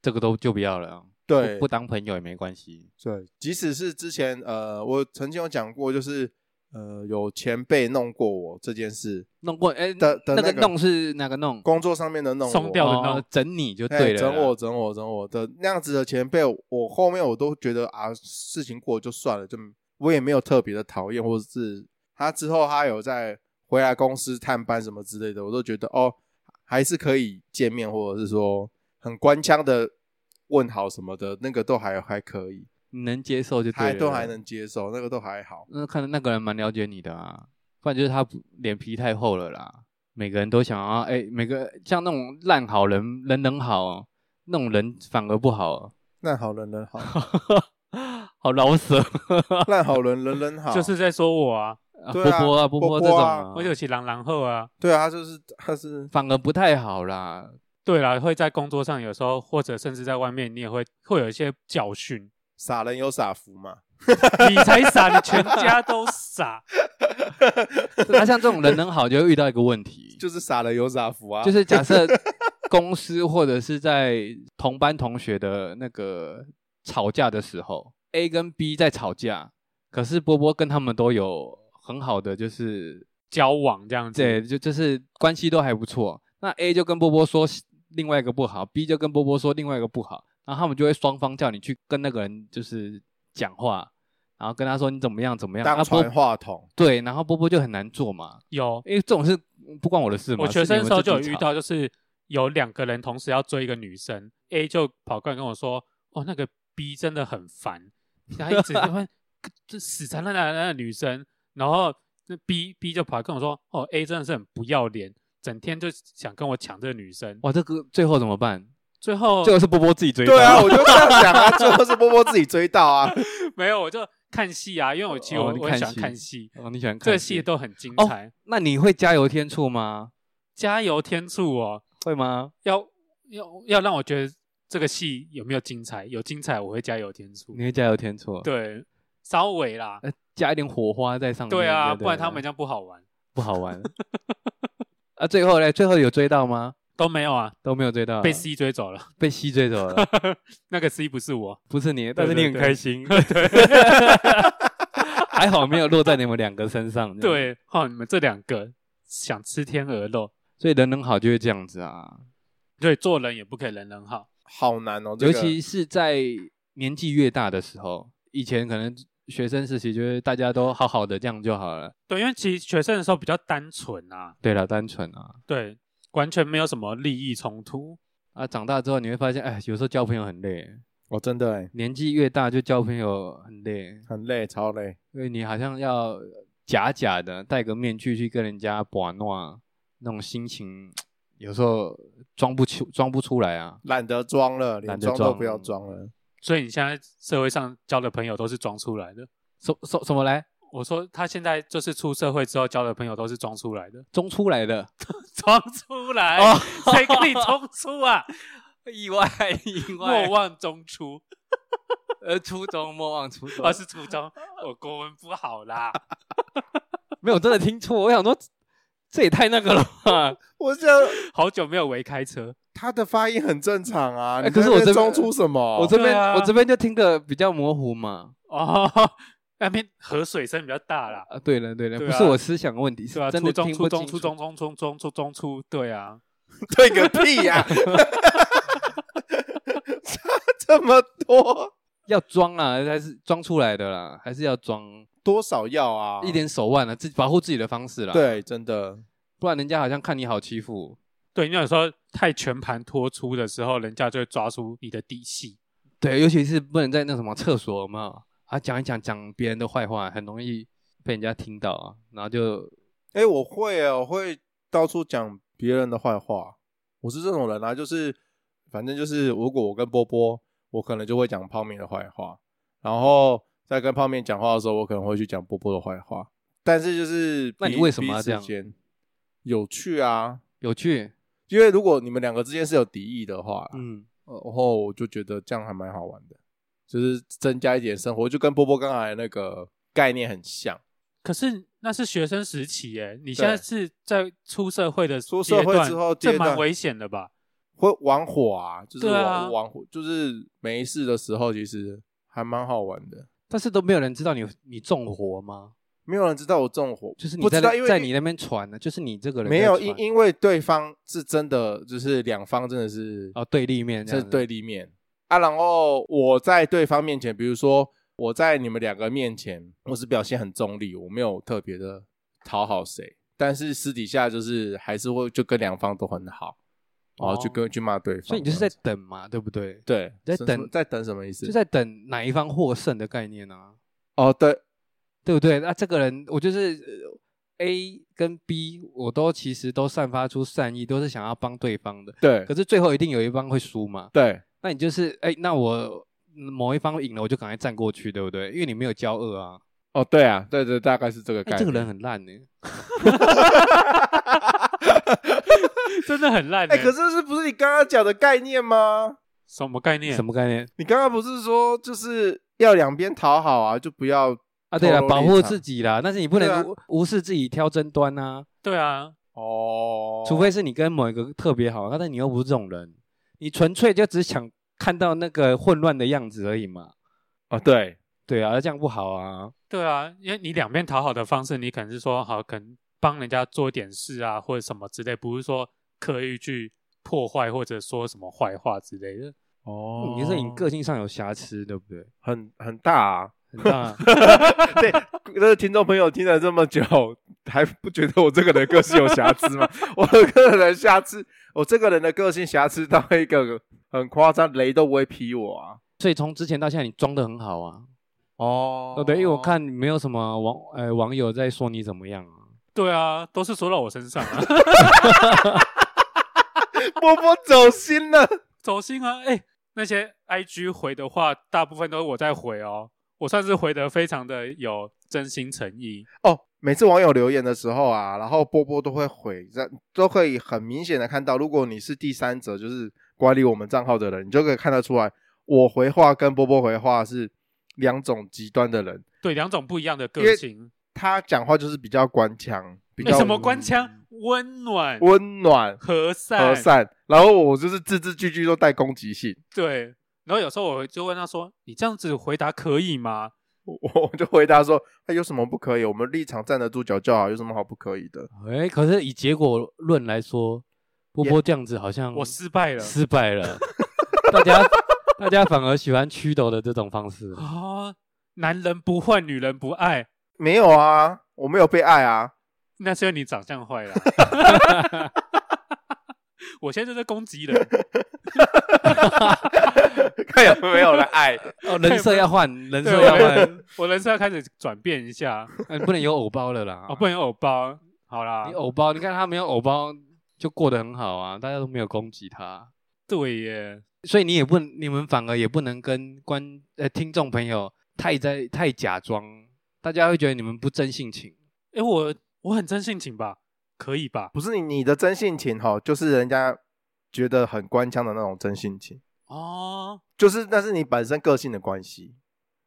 [SPEAKER 3] 这个都就不要了，
[SPEAKER 1] 对
[SPEAKER 3] 不不当朋友也没关系。
[SPEAKER 1] 对，即使是之前呃，我曾经有讲过，就是呃，有前辈弄过我这件事，
[SPEAKER 3] 弄过哎，
[SPEAKER 1] 的的
[SPEAKER 3] 那
[SPEAKER 1] 那
[SPEAKER 3] 个
[SPEAKER 1] 个
[SPEAKER 3] 弄是哪个弄？
[SPEAKER 1] 工作上面的弄
[SPEAKER 2] 松
[SPEAKER 1] 我
[SPEAKER 2] 掉的
[SPEAKER 3] 哦
[SPEAKER 2] 弄
[SPEAKER 3] 整你就
[SPEAKER 1] 哎
[SPEAKER 3] 对了啦。
[SPEAKER 1] 整我整我整我的那样子的前辈，我后面我都觉得啊，事情过就算了，就我也没有特别的讨厌，或者是他之后他有在回来公司探班什么之类的，我都觉得哦，还是可以见面，或者是说很官腔的问好什么的，那个都还还可以，
[SPEAKER 3] 你能接受就对
[SPEAKER 1] 还
[SPEAKER 3] 了，
[SPEAKER 1] 都还能。接受，那个都还好。
[SPEAKER 3] 那看来那个人蛮了解你的啊，不然就是他不脸皮太厚了啦。每个人都想要，哎、每个像那种烂好人，人人好、哦，那种人反而不好、 哦，
[SPEAKER 1] 烂好人人 好，
[SPEAKER 3] 好老舍。
[SPEAKER 1] 烂好人人人 好，
[SPEAKER 2] 就是在说我啊，
[SPEAKER 3] 啊
[SPEAKER 1] 对啊
[SPEAKER 3] 波波啊，波
[SPEAKER 1] 波
[SPEAKER 3] 这
[SPEAKER 1] 波
[SPEAKER 3] 种、
[SPEAKER 1] 啊
[SPEAKER 2] 我有其狼狼后啊。
[SPEAKER 1] 对啊，他就是他是
[SPEAKER 3] 反而不太好啦。
[SPEAKER 2] 对啦，会在工作上有时候，或者甚至在外面，你也会会有一些教 训。
[SPEAKER 1] 傻人有傻福嘛，
[SPEAKER 2] 你才傻，你全家都傻。
[SPEAKER 3] 那像这种人人好，就会遇到一个问题，就
[SPEAKER 1] 就是傻人有傻福啊，
[SPEAKER 3] 是假设公司或者是在同班同学的那个吵架的时候，A 跟 B 在吵架，可是波波跟他们都有很好的就是
[SPEAKER 2] 交往这样子，
[SPEAKER 3] 对，就就是关系都还不错。那 A 就跟波波说另外一个不好，B 就跟波波说另外一个不好，然后他们就会双方叫你去跟那个人就是讲话，然后跟他说你怎么样怎么样。
[SPEAKER 1] 当
[SPEAKER 3] 啊波
[SPEAKER 1] 传话筒。
[SPEAKER 3] 对，然后波波就很难做嘛，
[SPEAKER 2] 有
[SPEAKER 3] 因为这种事不关我的事嘛。
[SPEAKER 2] 我学生
[SPEAKER 3] 是
[SPEAKER 2] 的
[SPEAKER 3] 你们
[SPEAKER 2] 时候
[SPEAKER 3] 自
[SPEAKER 2] 就
[SPEAKER 3] 己
[SPEAKER 2] 有遇
[SPEAKER 3] 吵
[SPEAKER 2] 到，就是有两个人同时要追一个女生，A 就跑过来跟我说：“哦，那个 B 真的很烦，他 一直他们就死缠烂打的那个女生。”然后那 B B 就跑来跟我说：“哦，A 真的是很不要脸，整天就想跟我抢这个女生，
[SPEAKER 3] 哇，这个最后怎么办？
[SPEAKER 2] 最后
[SPEAKER 3] 最后是波波自己追到
[SPEAKER 1] 对啊，我就这样想啊，最后是波波自己追到 啊。
[SPEAKER 2] 没有我就看戏啊，因为我其实
[SPEAKER 3] 哦
[SPEAKER 2] 我
[SPEAKER 3] 你
[SPEAKER 2] 我很喜
[SPEAKER 3] 看
[SPEAKER 2] 欢
[SPEAKER 3] 戏
[SPEAKER 2] 看戏，
[SPEAKER 3] 哦，你喜欢看哦
[SPEAKER 2] 这个戏都很精彩。
[SPEAKER 3] 那你会加油添醋吗？
[SPEAKER 2] 加油添醋哦，
[SPEAKER 3] 会吗？
[SPEAKER 2] 要要要让我觉得这个戏有没有精彩，有精彩我会加油添醋
[SPEAKER 3] 你。会加油添醋？，
[SPEAKER 2] 对，稍微啦，
[SPEAKER 3] 呃，加一点火花在上面。
[SPEAKER 2] 对啊，
[SPEAKER 3] 对
[SPEAKER 2] 不然他们
[SPEAKER 3] 对
[SPEAKER 2] 这样不好玩。
[SPEAKER 3] 不好 玩。啊，最后嘞，最后有追到吗？
[SPEAKER 2] 都没有啊，
[SPEAKER 3] 都没有追到，
[SPEAKER 2] 被 C 追走了，
[SPEAKER 3] 被吸追走了，
[SPEAKER 2] 那个 C 不是我。
[SPEAKER 3] 不是你，但是
[SPEAKER 2] 对
[SPEAKER 3] 你很
[SPEAKER 2] 对
[SPEAKER 3] 开心。 还好没有落在你们两个身上。这样，
[SPEAKER 2] 对，哦，你们这两个想吃天鹅肉，
[SPEAKER 3] 所以人很好就会这样子啊，
[SPEAKER 2] 对，做人也不可以人人好。
[SPEAKER 1] 好难哦，这
[SPEAKER 3] 尤
[SPEAKER 1] 个
[SPEAKER 3] 其是在年纪越大的时候，以前可能学生时期就是大家都好好的这样就好了。
[SPEAKER 2] 对，因为其实学生的时候比较单纯啊，
[SPEAKER 3] 对了，单纯啊。
[SPEAKER 2] 对，完全没有什么利益冲突。
[SPEAKER 3] 啊，长大之后你会发现，哎，有时候交朋友很累，
[SPEAKER 1] 我真的欸
[SPEAKER 3] 年纪越大就交朋友很累，
[SPEAKER 1] 很累，超累。
[SPEAKER 3] 因为你好像要假假的戴个面具去跟人家玩闹，那种心情有时候装不出装不出来啊。
[SPEAKER 1] 懒得装了，
[SPEAKER 3] 懒
[SPEAKER 1] 连
[SPEAKER 3] 得
[SPEAKER 1] 装都
[SPEAKER 3] 装
[SPEAKER 1] 不要装了。
[SPEAKER 2] 所以你现在社会上交的朋友都是装出来的。
[SPEAKER 3] 什什什么来
[SPEAKER 2] 我说他现在就是出社会之后交的朋友都是装出来的，
[SPEAKER 3] 装出来的？
[SPEAKER 2] 装出来，
[SPEAKER 3] 哦
[SPEAKER 2] 谁跟你装出 啊？
[SPEAKER 3] 意外意
[SPEAKER 2] 莫忘中初，
[SPEAKER 3] 呃，初中莫忘初衷
[SPEAKER 2] 而是初中，我国文不好啦。
[SPEAKER 3] 没有真的听错，我想说这也太那个了吧？
[SPEAKER 1] 我觉得
[SPEAKER 2] 好久没有围开车，
[SPEAKER 1] 他的发音很正常啊，
[SPEAKER 3] 哎
[SPEAKER 1] 你
[SPEAKER 3] 可
[SPEAKER 1] 在
[SPEAKER 3] 是
[SPEAKER 1] 那
[SPEAKER 3] 我这
[SPEAKER 1] 边装
[SPEAKER 3] 边
[SPEAKER 1] 出什么？
[SPEAKER 3] 我这边、
[SPEAKER 2] 对啊
[SPEAKER 3] 我这边就听得比较模糊嘛。
[SPEAKER 2] 哦，那边河水声比较大啦，
[SPEAKER 3] 啊，对了对了，
[SPEAKER 2] 对
[SPEAKER 3] 不
[SPEAKER 2] 啊
[SPEAKER 3] 是我思想的问题，是
[SPEAKER 2] 对啊，
[SPEAKER 3] 真
[SPEAKER 2] 初
[SPEAKER 3] 的
[SPEAKER 2] 中
[SPEAKER 3] 听不
[SPEAKER 2] 初中
[SPEAKER 3] 清
[SPEAKER 2] 初
[SPEAKER 3] 楚
[SPEAKER 2] 中中中中初中初，对啊，
[SPEAKER 1] 对个屁 呀、差这么多，
[SPEAKER 3] 要装啊，还是装出来的啦，还是要装
[SPEAKER 1] 多少要啊？
[SPEAKER 3] 一点手腕啊，自保护自己的方式啦。，
[SPEAKER 1] 对，真的
[SPEAKER 3] 不然人家好像看你好欺负。
[SPEAKER 2] 对，因为有时候太全盘托出的时候，人家就会抓出你的底细。
[SPEAKER 3] 对，尤其是不能在那什么厕所有没有啊，讲一讲讲别人的坏话，很容易被人家听到啊，然后就
[SPEAKER 1] 哎、我会啊，我会到处讲别人的坏话。我是这种人啊，就是反正就是，如果我跟波波，我可能就会讲泡面的坏话，然后在跟泡面讲话的时候，我可能会去讲波波的坏话。但是就是彼，
[SPEAKER 3] 那你为什么要
[SPEAKER 1] 彼此
[SPEAKER 3] 这样
[SPEAKER 1] 间有趣啊，
[SPEAKER 3] 有趣。
[SPEAKER 1] 因为如果你们两个之间是有敌意的话，
[SPEAKER 3] 嗯，
[SPEAKER 1] 呃然后我就觉得这样还蛮好玩的，就是增加一点生活，就跟波波刚才那个概念很像。
[SPEAKER 2] 可是那是学生时期耶，你现在
[SPEAKER 1] 对
[SPEAKER 2] 是在出社会的
[SPEAKER 1] 出社会
[SPEAKER 2] 阶段
[SPEAKER 1] 之后阶
[SPEAKER 2] 这
[SPEAKER 1] 段
[SPEAKER 2] 蛮危险的吧？
[SPEAKER 1] 会玩火啊，就是
[SPEAKER 2] 对
[SPEAKER 1] 玩、
[SPEAKER 2] 啊
[SPEAKER 1] 玩火，就是没事的时候，其实还蛮好玩的。
[SPEAKER 3] 但是都没有人知道你你纵火吗？
[SPEAKER 1] 没有人知道我纵火，
[SPEAKER 3] 就是你
[SPEAKER 1] 不
[SPEAKER 3] 在
[SPEAKER 1] 知道，因
[SPEAKER 3] 那
[SPEAKER 1] 为
[SPEAKER 3] 在你那边传呢，就是你这个人
[SPEAKER 1] 没有
[SPEAKER 3] 在
[SPEAKER 1] 因
[SPEAKER 3] 传
[SPEAKER 1] 因为对方是真的，就是两方真的是
[SPEAKER 3] 哦对立面这
[SPEAKER 1] 是
[SPEAKER 3] 样子
[SPEAKER 1] 对立面啊。然后我在对方面前，比如说我在你们两个面前，我是表现很中立，我没有特别的讨好谁，但是私底下就是还是会就跟两方都很好，然后去
[SPEAKER 3] 哦
[SPEAKER 1] 跟去骂对方这
[SPEAKER 3] 所以
[SPEAKER 1] 样子，
[SPEAKER 3] 你就是在等嘛，对不对？
[SPEAKER 1] 对
[SPEAKER 3] 在
[SPEAKER 1] 什么
[SPEAKER 3] 等
[SPEAKER 1] 在等什么意思？
[SPEAKER 3] 就在等哪一方获胜的概念啊，
[SPEAKER 1] 哦，对，
[SPEAKER 3] 对不对？那、啊这个人，我就是呃 A 跟 B，我都其实都散发出善意，都是想要帮对方的。
[SPEAKER 1] 对
[SPEAKER 3] 可是最后一定有一方会输嘛？
[SPEAKER 1] 对
[SPEAKER 3] 那你就是哎，那我嗯某一方赢了，我就赶快站过去，对不对？因为你没有交恶啊。
[SPEAKER 1] 哦，对啊，对对，大概是这个概念。
[SPEAKER 3] 哎，这个人很烂呢、
[SPEAKER 2] 真的很烂耶。
[SPEAKER 1] 哎、可是这不是你刚刚讲的概念吗？
[SPEAKER 2] 什么概念？
[SPEAKER 3] 什么概念
[SPEAKER 1] 你刚刚不是说就是要两边讨好啊，就不要
[SPEAKER 3] 啊？对了，
[SPEAKER 1] 透露
[SPEAKER 3] 保
[SPEAKER 1] 立
[SPEAKER 3] 护
[SPEAKER 1] 场
[SPEAKER 3] 自己啦，但是你不
[SPEAKER 1] 对啊
[SPEAKER 3] 能无、无视自己挑争端啊，
[SPEAKER 2] 对啊，
[SPEAKER 1] 哦，
[SPEAKER 3] 除非是你跟某一个特别好，但你又不是这种人，你纯粹就只想看到那个混乱的样子而已嘛。
[SPEAKER 1] 啊，对，
[SPEAKER 3] 对啊，这样不好啊。
[SPEAKER 2] 对啊，因为你两边讨好的方式，你可能是说好，可能帮人家做点事啊，或者什么之类，不是说刻意去破坏或者说什么坏话之类的。
[SPEAKER 1] 哦
[SPEAKER 3] 嗯你是你个性上有瑕疵，对不对？
[SPEAKER 1] 很很大、啊，
[SPEAKER 3] 很大
[SPEAKER 1] 对，那个听众朋友听了这么久，还不觉得我这个人个性有瑕疵吗？ 我个人瑕疵，我这个人的个性瑕疵到一个很夸张，雷都不会劈我啊。
[SPEAKER 3] 所以从之前到现在，你装的很好啊，
[SPEAKER 1] 哦
[SPEAKER 3] 对不对？因为我看没有什么网呃网友在说你怎么样啊，
[SPEAKER 2] 对啊，都是说到我身上啊，
[SPEAKER 1] 波波走心了。
[SPEAKER 2] 走心啊！哎、那些 IG 回的话，大部分都是我在回哦，我算是回的非常的有真心诚意。
[SPEAKER 1] 哦，每次网友留言的时候啊，然后波波都会回，这都可以很明显的看到，如果你是第三者，就是管理我们账号的人，你就可以看得出来，我回话跟波波回话是两种极端的人。
[SPEAKER 2] 对，两种不一样的
[SPEAKER 1] 因为
[SPEAKER 2] 个性。
[SPEAKER 1] 他讲话就是比较官腔，比
[SPEAKER 2] 为
[SPEAKER 1] 较嗯
[SPEAKER 2] 什么官腔？温暖、
[SPEAKER 1] 温暖
[SPEAKER 2] 和善、
[SPEAKER 1] 和善，然后我就是字字句句都带攻击性，
[SPEAKER 2] 对。然后有时候我就问他说：“你这样子回答可以吗
[SPEAKER 1] 我我就回答说，哎，有什么不可以？我们立场站得住脚就好，有什么好不可以的？
[SPEAKER 3] 哎、可是以结果论来说，波波这样子好？”像
[SPEAKER 2] 我失败了
[SPEAKER 3] 嗯失败了，大家大家反而喜欢祛斗的这种方式。
[SPEAKER 2] 啊！男人不坏，女人不爱，
[SPEAKER 1] 没有啊，我没有被爱啊，
[SPEAKER 2] 那是因为你长相坏了。 我现在就在攻击人，
[SPEAKER 1] 看有没有人爱。
[SPEAKER 3] 哦，人设要换，人
[SPEAKER 2] 对
[SPEAKER 3] 设要
[SPEAKER 2] 我
[SPEAKER 3] 换，
[SPEAKER 2] 人我人生要开始转变一下，
[SPEAKER 3] 哎 不能有偶包了啦。
[SPEAKER 2] 哦，不能有偶包，好啦
[SPEAKER 3] 你，偶包，你看他没有偶包就过得很好啊，大家都没有攻击他，
[SPEAKER 2] 对耶，
[SPEAKER 3] 所以你也不，你们反而也不能跟观呃听众朋友太在太假装，大家会觉得你们不真性情。
[SPEAKER 2] 哎，我我很真性情吧，可以吧？
[SPEAKER 1] 不是你你的真性情哈，就是人家觉得很官腔的那种真性情，
[SPEAKER 2] 哦，
[SPEAKER 1] 就是那是你本身个性的关系，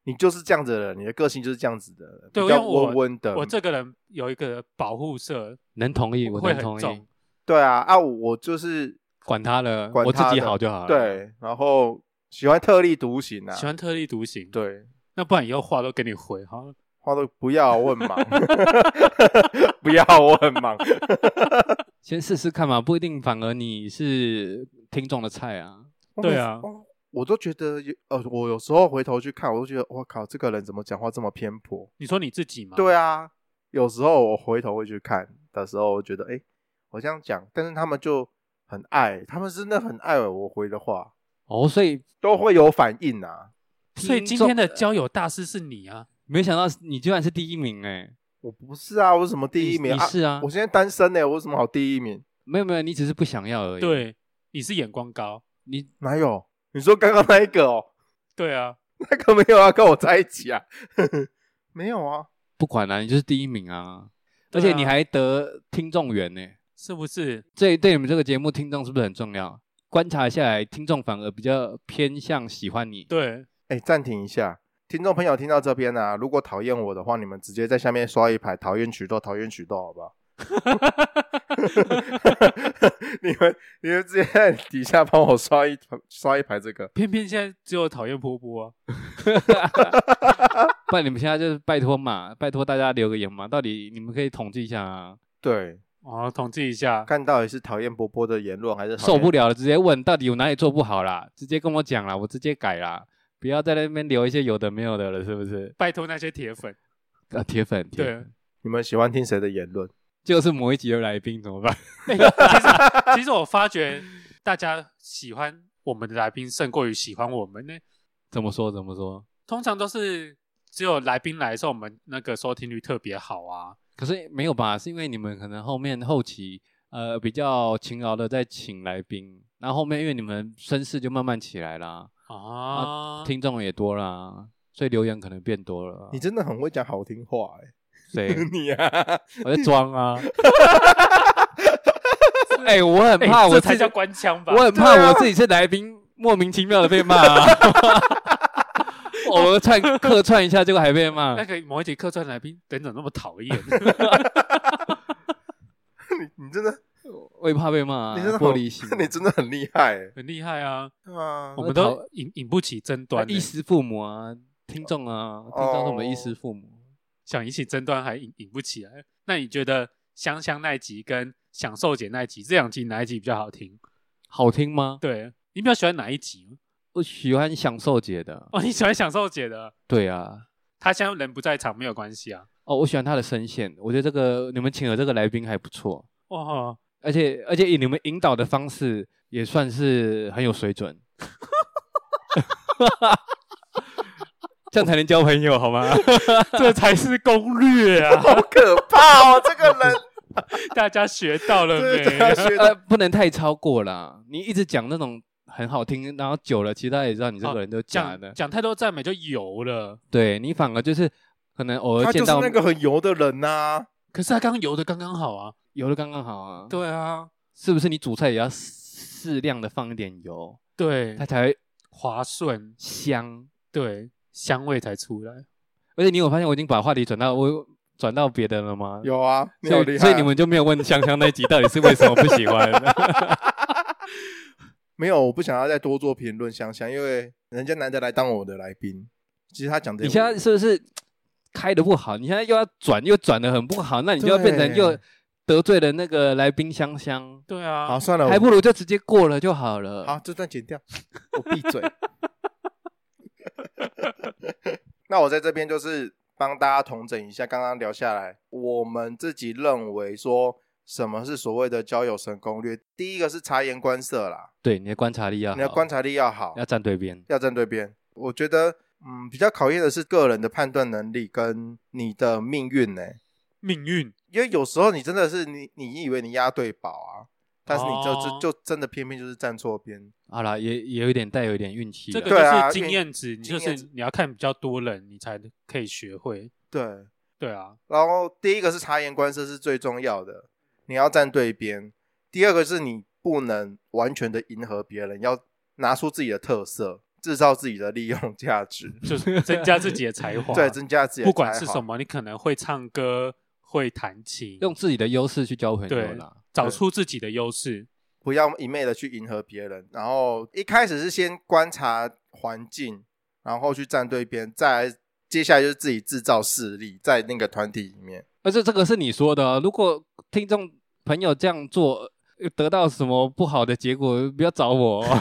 [SPEAKER 1] 你就是这样子的人，你的个性就是这样子的人，
[SPEAKER 2] 对
[SPEAKER 1] 比较
[SPEAKER 2] 因为我
[SPEAKER 1] 温温的。
[SPEAKER 2] 我这个人有一个保护色，
[SPEAKER 3] 能同意，我
[SPEAKER 2] 会
[SPEAKER 3] 能
[SPEAKER 2] 很
[SPEAKER 3] 同意
[SPEAKER 2] 重，，
[SPEAKER 1] 对啊啊，我我就是
[SPEAKER 3] 管他了，
[SPEAKER 1] 管
[SPEAKER 3] 我自
[SPEAKER 1] 他
[SPEAKER 3] 己
[SPEAKER 1] 的
[SPEAKER 3] 好就好了。，
[SPEAKER 1] 对，然后喜欢特立独行啊
[SPEAKER 2] 喜，欢特立独行。，
[SPEAKER 1] 对，
[SPEAKER 2] 那不然以后话都给你回好了。
[SPEAKER 1] 话都不要， 我很忙， 不要，我很忙。
[SPEAKER 3] 先试试看嘛，不一定，反而你是听众的菜啊。
[SPEAKER 2] 对啊
[SPEAKER 1] 我每次哦我都觉得有，呃，我有时候回头去看，我都觉得，我靠，这个人怎么讲话这么偏颇？
[SPEAKER 2] 你说你自己嘛？
[SPEAKER 1] 对
[SPEAKER 2] 啊，
[SPEAKER 1] 啊，有时候我回头会去看的时候，我觉得哎、诶我这样讲，但是他们就很爱，他们真的很爱我回的话，
[SPEAKER 3] 哦，所以
[SPEAKER 1] 都会有反应啊。
[SPEAKER 2] 所以今天
[SPEAKER 1] 呃
[SPEAKER 2] 的交友大师是你啊，
[SPEAKER 3] 没想到是你居然是第一名哎、
[SPEAKER 1] 我不是啊，我是什么第一
[SPEAKER 3] 你
[SPEAKER 1] 名
[SPEAKER 3] 你
[SPEAKER 1] 啊？
[SPEAKER 3] 是啊
[SPEAKER 1] 我现在单身呢、我有什么好第一名？
[SPEAKER 3] 没有没有，你只是不想要而已。，
[SPEAKER 2] 对，你是眼光高，
[SPEAKER 3] 你
[SPEAKER 1] 哪有？你说刚刚那一个哦，
[SPEAKER 2] 对啊，
[SPEAKER 1] 那个没有要跟我在一起啊？ 没有啊，
[SPEAKER 3] 不管啦、你就是第一名啊，而
[SPEAKER 2] 对
[SPEAKER 3] 且你
[SPEAKER 2] 啊
[SPEAKER 3] 还得听众缘呢、欸
[SPEAKER 2] 是不是？
[SPEAKER 3] 这对你们这个节目听众是不是很重要？观察下来，听众反而比较偏向喜欢你。
[SPEAKER 2] 对，
[SPEAKER 1] 哎、暂停一下，听众朋友听到这边啊，如果讨厌我的话，你们直接在下面刷一排“讨厌曲豆”，讨厌曲豆，好不 好？你们你们直接在底下帮我刷一刷一排这个，
[SPEAKER 2] 偏偏现在只有讨厌波波啊，
[SPEAKER 3] 不然你们现在就是拜托嘛，拜托大家留个言嘛，到底你们可以统计一下啊。
[SPEAKER 1] 对，
[SPEAKER 2] 哦，统计一下，
[SPEAKER 1] 看到底是讨厌波波的言论还是讨
[SPEAKER 3] 受
[SPEAKER 1] 厌
[SPEAKER 3] 不？了了，直接问到底有哪里做不好啦，直接跟我讲啦，我直接改啦，不要在那边留一些有的没有的了，是不是？
[SPEAKER 2] 拜托那些铁粉，
[SPEAKER 3] 啊，铁粉，铁
[SPEAKER 2] 对
[SPEAKER 3] 粉，，
[SPEAKER 1] 你们喜欢听谁的言论？
[SPEAKER 3] 就是某一集的来宾怎么办？
[SPEAKER 2] 欸其实其实我发觉大家喜欢我们的来宾胜过于喜欢我们呢。
[SPEAKER 3] 怎么说？怎么说？
[SPEAKER 2] 通常都是只有来宾来的时候，我们那个收听率特别好啊。
[SPEAKER 3] 可是没有吧？是因为你们可能后面后期呃比较勤劳的在请来宾，然后后面因为你们声势就慢慢起来啦，
[SPEAKER 2] 啊，
[SPEAKER 3] 听众也多啦，所以留言可能变多了。啊
[SPEAKER 1] 你真的很会讲好听话哎、
[SPEAKER 3] 谁？
[SPEAKER 1] 你啊，
[SPEAKER 3] 我在装啊！哎、我很
[SPEAKER 2] 欸
[SPEAKER 3] 怕我
[SPEAKER 2] 这
[SPEAKER 3] 自
[SPEAKER 2] 才
[SPEAKER 3] 己
[SPEAKER 2] 叫官腔吧？
[SPEAKER 3] 我很怕我自己是来宾，莫名其妙的被骂、啊。哦我串客串一下，结果还被骂
[SPEAKER 2] 那。个某一集客串来宾，等等那么讨厌，
[SPEAKER 1] 你你真的
[SPEAKER 3] 我也怕被骂、啊，
[SPEAKER 1] 你真的
[SPEAKER 3] 玻
[SPEAKER 1] 很
[SPEAKER 3] 璃心，
[SPEAKER 1] 你真的很厉害、欸，
[SPEAKER 2] 很厉害啊！
[SPEAKER 1] 对啊
[SPEAKER 2] 我，们都引引不起争端欸，
[SPEAKER 3] 衣食父母啊，听众啊，听众是我们的衣食父母。
[SPEAKER 2] 想引起争端还引引不起来。那你觉得香香那一集跟享受姐那一集这两集哪一集比较好听？
[SPEAKER 3] 好听吗？
[SPEAKER 2] 对你比较喜欢哪一集？
[SPEAKER 3] 我喜欢享受姐的，
[SPEAKER 2] 哦，你喜欢享受姐的，
[SPEAKER 3] 对啊，
[SPEAKER 2] 她现在人不在场没有关系 啊。
[SPEAKER 3] 哦，我喜欢她的声线，我觉得这个你们请的这个来宾还不错，
[SPEAKER 2] 哇，
[SPEAKER 3] 而且而且以你们引导的方式也 算是很有水准。这样才能交朋友好吗？
[SPEAKER 2] 这才是攻略 啊！
[SPEAKER 1] 好可怕哦，这个人，
[SPEAKER 2] 大家学到了
[SPEAKER 1] 对对对，
[SPEAKER 2] 没？
[SPEAKER 1] 学
[SPEAKER 3] 呃
[SPEAKER 1] 的，
[SPEAKER 3] 不能太超过啦。你一直讲那种很好听，然后久了，其他也知道你这个人
[SPEAKER 2] 哦
[SPEAKER 3] 都假的。
[SPEAKER 2] 讲讲太多赞美就油了，
[SPEAKER 3] 对你反而就是可能偶
[SPEAKER 1] 他
[SPEAKER 3] 尔
[SPEAKER 1] 就
[SPEAKER 3] 见
[SPEAKER 1] 是
[SPEAKER 3] 到
[SPEAKER 1] 那个很油的人呐、啊
[SPEAKER 2] 可是他刚油的刚刚好啊。
[SPEAKER 3] 油的刚刚好啊。，
[SPEAKER 2] 对啊，
[SPEAKER 3] 是不是你煮菜也要适量的放一点油，
[SPEAKER 2] 对
[SPEAKER 3] 它，才会
[SPEAKER 2] 滑顺，
[SPEAKER 3] 香？
[SPEAKER 2] 对，香味才出来。
[SPEAKER 3] 而且你有发现我已经把话题转到我转到别的了吗？
[SPEAKER 1] 有啊，你
[SPEAKER 3] 所
[SPEAKER 1] 好
[SPEAKER 3] 以
[SPEAKER 1] 厉害啊、
[SPEAKER 3] 所以你们就没有问香香那一集到底是为什么不喜欢？
[SPEAKER 1] 没有，我不想要再多做评论香香，因为人家难得来当我的来宾。其实他讲的，
[SPEAKER 3] 你现在是不是开的不好？你现在又要转，又转的很不好，那你就要变成
[SPEAKER 1] 对
[SPEAKER 3] 又得罪了那个来宾香香，
[SPEAKER 2] 对啊，
[SPEAKER 1] 好算了，
[SPEAKER 3] 还不如就直接过了就哦好了。
[SPEAKER 1] 好，这段剪掉，我闭嘴。 那我在这边就是帮大家统整一下，刚刚聊下来，我们自己认为说什么是所谓的交友神攻略。第一个是察言观色啦，
[SPEAKER 3] 对，你的观察力要好，
[SPEAKER 1] 你的观察力要好，
[SPEAKER 3] 要站对边。
[SPEAKER 1] 要站对边。我觉得，嗯，比较考验的是个人的判断能力跟你的命运呢、
[SPEAKER 2] 命运
[SPEAKER 1] 因为有时候你真的是你，你以为你押对宝啊，但是你就、
[SPEAKER 2] 哦
[SPEAKER 1] 就就真的偏偏就是站错边。
[SPEAKER 3] 好啦，也也有一点带有一点运气
[SPEAKER 2] 这
[SPEAKER 3] 啦。
[SPEAKER 2] 个
[SPEAKER 1] 对啊
[SPEAKER 2] 就是经验值，你就
[SPEAKER 1] 经验
[SPEAKER 2] 是
[SPEAKER 1] 值
[SPEAKER 2] 你要看比较多人，你才可以学会。
[SPEAKER 1] 对，
[SPEAKER 2] 对啊，
[SPEAKER 1] 然后第一个是察言观色是最重要的，你要站对边。第二个是你不能完全的迎合别人，要拿出自己的特色，制造自己的利用价值，
[SPEAKER 2] 就是增加自己的才华。
[SPEAKER 1] 对，增加自己的
[SPEAKER 2] 不管
[SPEAKER 1] 才
[SPEAKER 2] 是
[SPEAKER 1] 华
[SPEAKER 2] 什，么，你可能会唱歌，会弹琴，
[SPEAKER 3] 用自己的优势去交朋友
[SPEAKER 2] 对
[SPEAKER 3] 啦。
[SPEAKER 2] 找出自己的优势。
[SPEAKER 1] 不要一昧的去迎合别人。然后一开始是先观察环境，然后去站对边，再来接下来就是自己制造势力在那个团体里面。
[SPEAKER 3] 而且这个是你说的哦，如果听众朋友这样做呃得到什么不好的结果，不要找我 哦。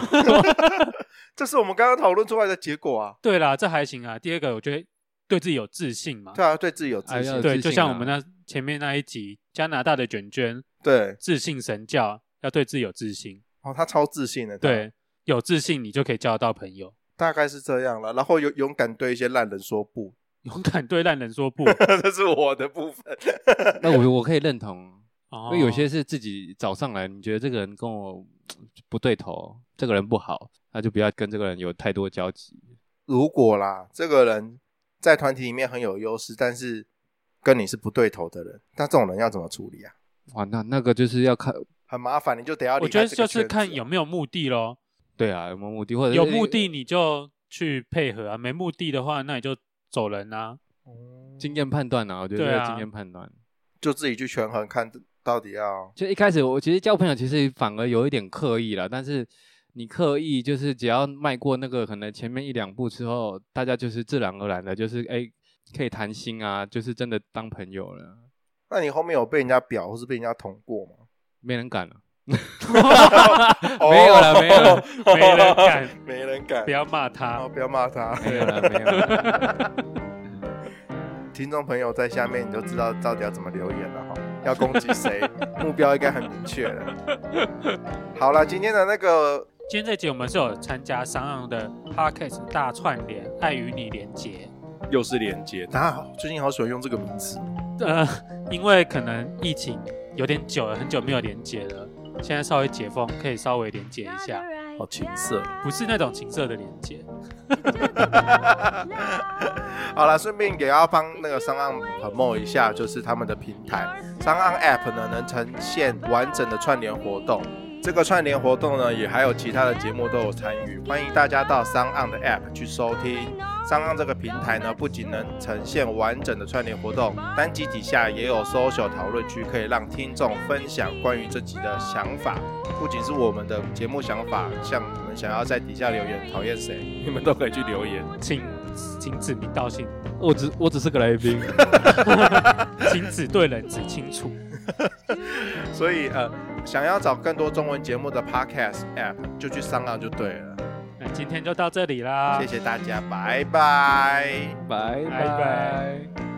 [SPEAKER 1] 这是我们刚刚讨论出来的结果啊！
[SPEAKER 2] 对啦，这还行啊。第二个，我觉得对自己有自信嘛。
[SPEAKER 1] 对啊，对自己有
[SPEAKER 3] 哎
[SPEAKER 1] 自
[SPEAKER 3] 呀
[SPEAKER 1] 信，
[SPEAKER 3] 有
[SPEAKER 2] 对，
[SPEAKER 3] 自
[SPEAKER 2] 就
[SPEAKER 3] 信
[SPEAKER 2] 像
[SPEAKER 3] 啊
[SPEAKER 2] 我们那前面那一集加拿大的卷卷
[SPEAKER 1] 对，
[SPEAKER 2] 自信神教，要对自己有自信。
[SPEAKER 1] 哦，他超自信的，他
[SPEAKER 2] 对，有自信你就可以交得到朋友，
[SPEAKER 1] 大概是这样了。然后勇勇敢对一些烂人说不，
[SPEAKER 2] 勇敢对烂人 说不。
[SPEAKER 1] 这是我的部分。
[SPEAKER 3] 那我我可以认同，
[SPEAKER 2] 哦
[SPEAKER 3] 因为有些是自己找上来，你觉得这个人跟我嗯不对头，这个人不好，那就不要跟这个人有太多交集。
[SPEAKER 1] 如果啦，这个人在团体里面很有优势，但是跟你是不对头的人，那这种人要怎么处理啊？
[SPEAKER 3] 哇，那那个就是要看，
[SPEAKER 1] 很麻烦，你就得要离
[SPEAKER 2] 哦我觉得
[SPEAKER 1] 开这个
[SPEAKER 2] 就是
[SPEAKER 1] 圈子啊
[SPEAKER 2] 看有没有目的咯，
[SPEAKER 3] 对啊，有没有目的或者是
[SPEAKER 2] 有目的你就去配合啊，没目的的话那你就走人啊。
[SPEAKER 1] 哦
[SPEAKER 3] 经验判断啊，我觉得
[SPEAKER 2] 对啊
[SPEAKER 3] 要经验判断。
[SPEAKER 1] 就自己去权衡，看到底要
[SPEAKER 3] 就一开始我其实交朋友其实反而有一点刻意了，但是你刻意就是只要迈过那个可能前面一两步之后，大家就是自然而然的，就是哎、可以谈心啊，就是真的当朋友了，
[SPEAKER 1] 那你后面有被人家表或是被人家捅过 吗？
[SPEAKER 3] 没人敢了。没有了，没有了，
[SPEAKER 1] 哦
[SPEAKER 2] 没人敢
[SPEAKER 1] 没人敢，
[SPEAKER 2] 不要骂
[SPEAKER 1] 哦
[SPEAKER 2] 他，
[SPEAKER 1] 不要骂他。
[SPEAKER 2] 啊
[SPEAKER 3] 没有 了，没有了。
[SPEAKER 1] 听众朋友在下面你就知道到底要怎么留言了哈，要攻击 谁，目标应该很明确了。好了，今天的那个
[SPEAKER 2] 今天这集我们是有参加商岸的 podcast 大串联“爱与你”连结，
[SPEAKER 1] 又是连接，大家啊好，最近好喜欢用这个名词，
[SPEAKER 2] 呃，因为可能疫情有点久了，很久没有连结了，现在稍微解封，可以稍微连结一下，
[SPEAKER 1] 好情色。
[SPEAKER 2] 不是那种情色的连结。
[SPEAKER 1] 好了，顺便也要帮那个商岸 promo 一下，就是他们的平台商岸 app 呢，能呈现完整的串联活动。这个串联活动呢，也还有其他的节目都有参与，欢迎大家到商岸的 app 去收听。商岸这个平台呢，不仅能呈现完整的串联活动，单集底下也有 social 讨论区，可以让听众分享关于这集的想法。不仅是我们的节目想法，像你们想要在底下留言讨厌谁，你们都可以去留言。
[SPEAKER 2] 请请指名道姓，
[SPEAKER 3] 我只我只是个来宾，
[SPEAKER 2] 请指对人，指清楚。
[SPEAKER 1] 所以呃，想要找更多中文节目的 Podcast App，就去上岸就对了。
[SPEAKER 2] 那今天就到这里啦，
[SPEAKER 1] 谢谢大家，拜拜。
[SPEAKER 3] 拜
[SPEAKER 2] 拜拜
[SPEAKER 3] 拜。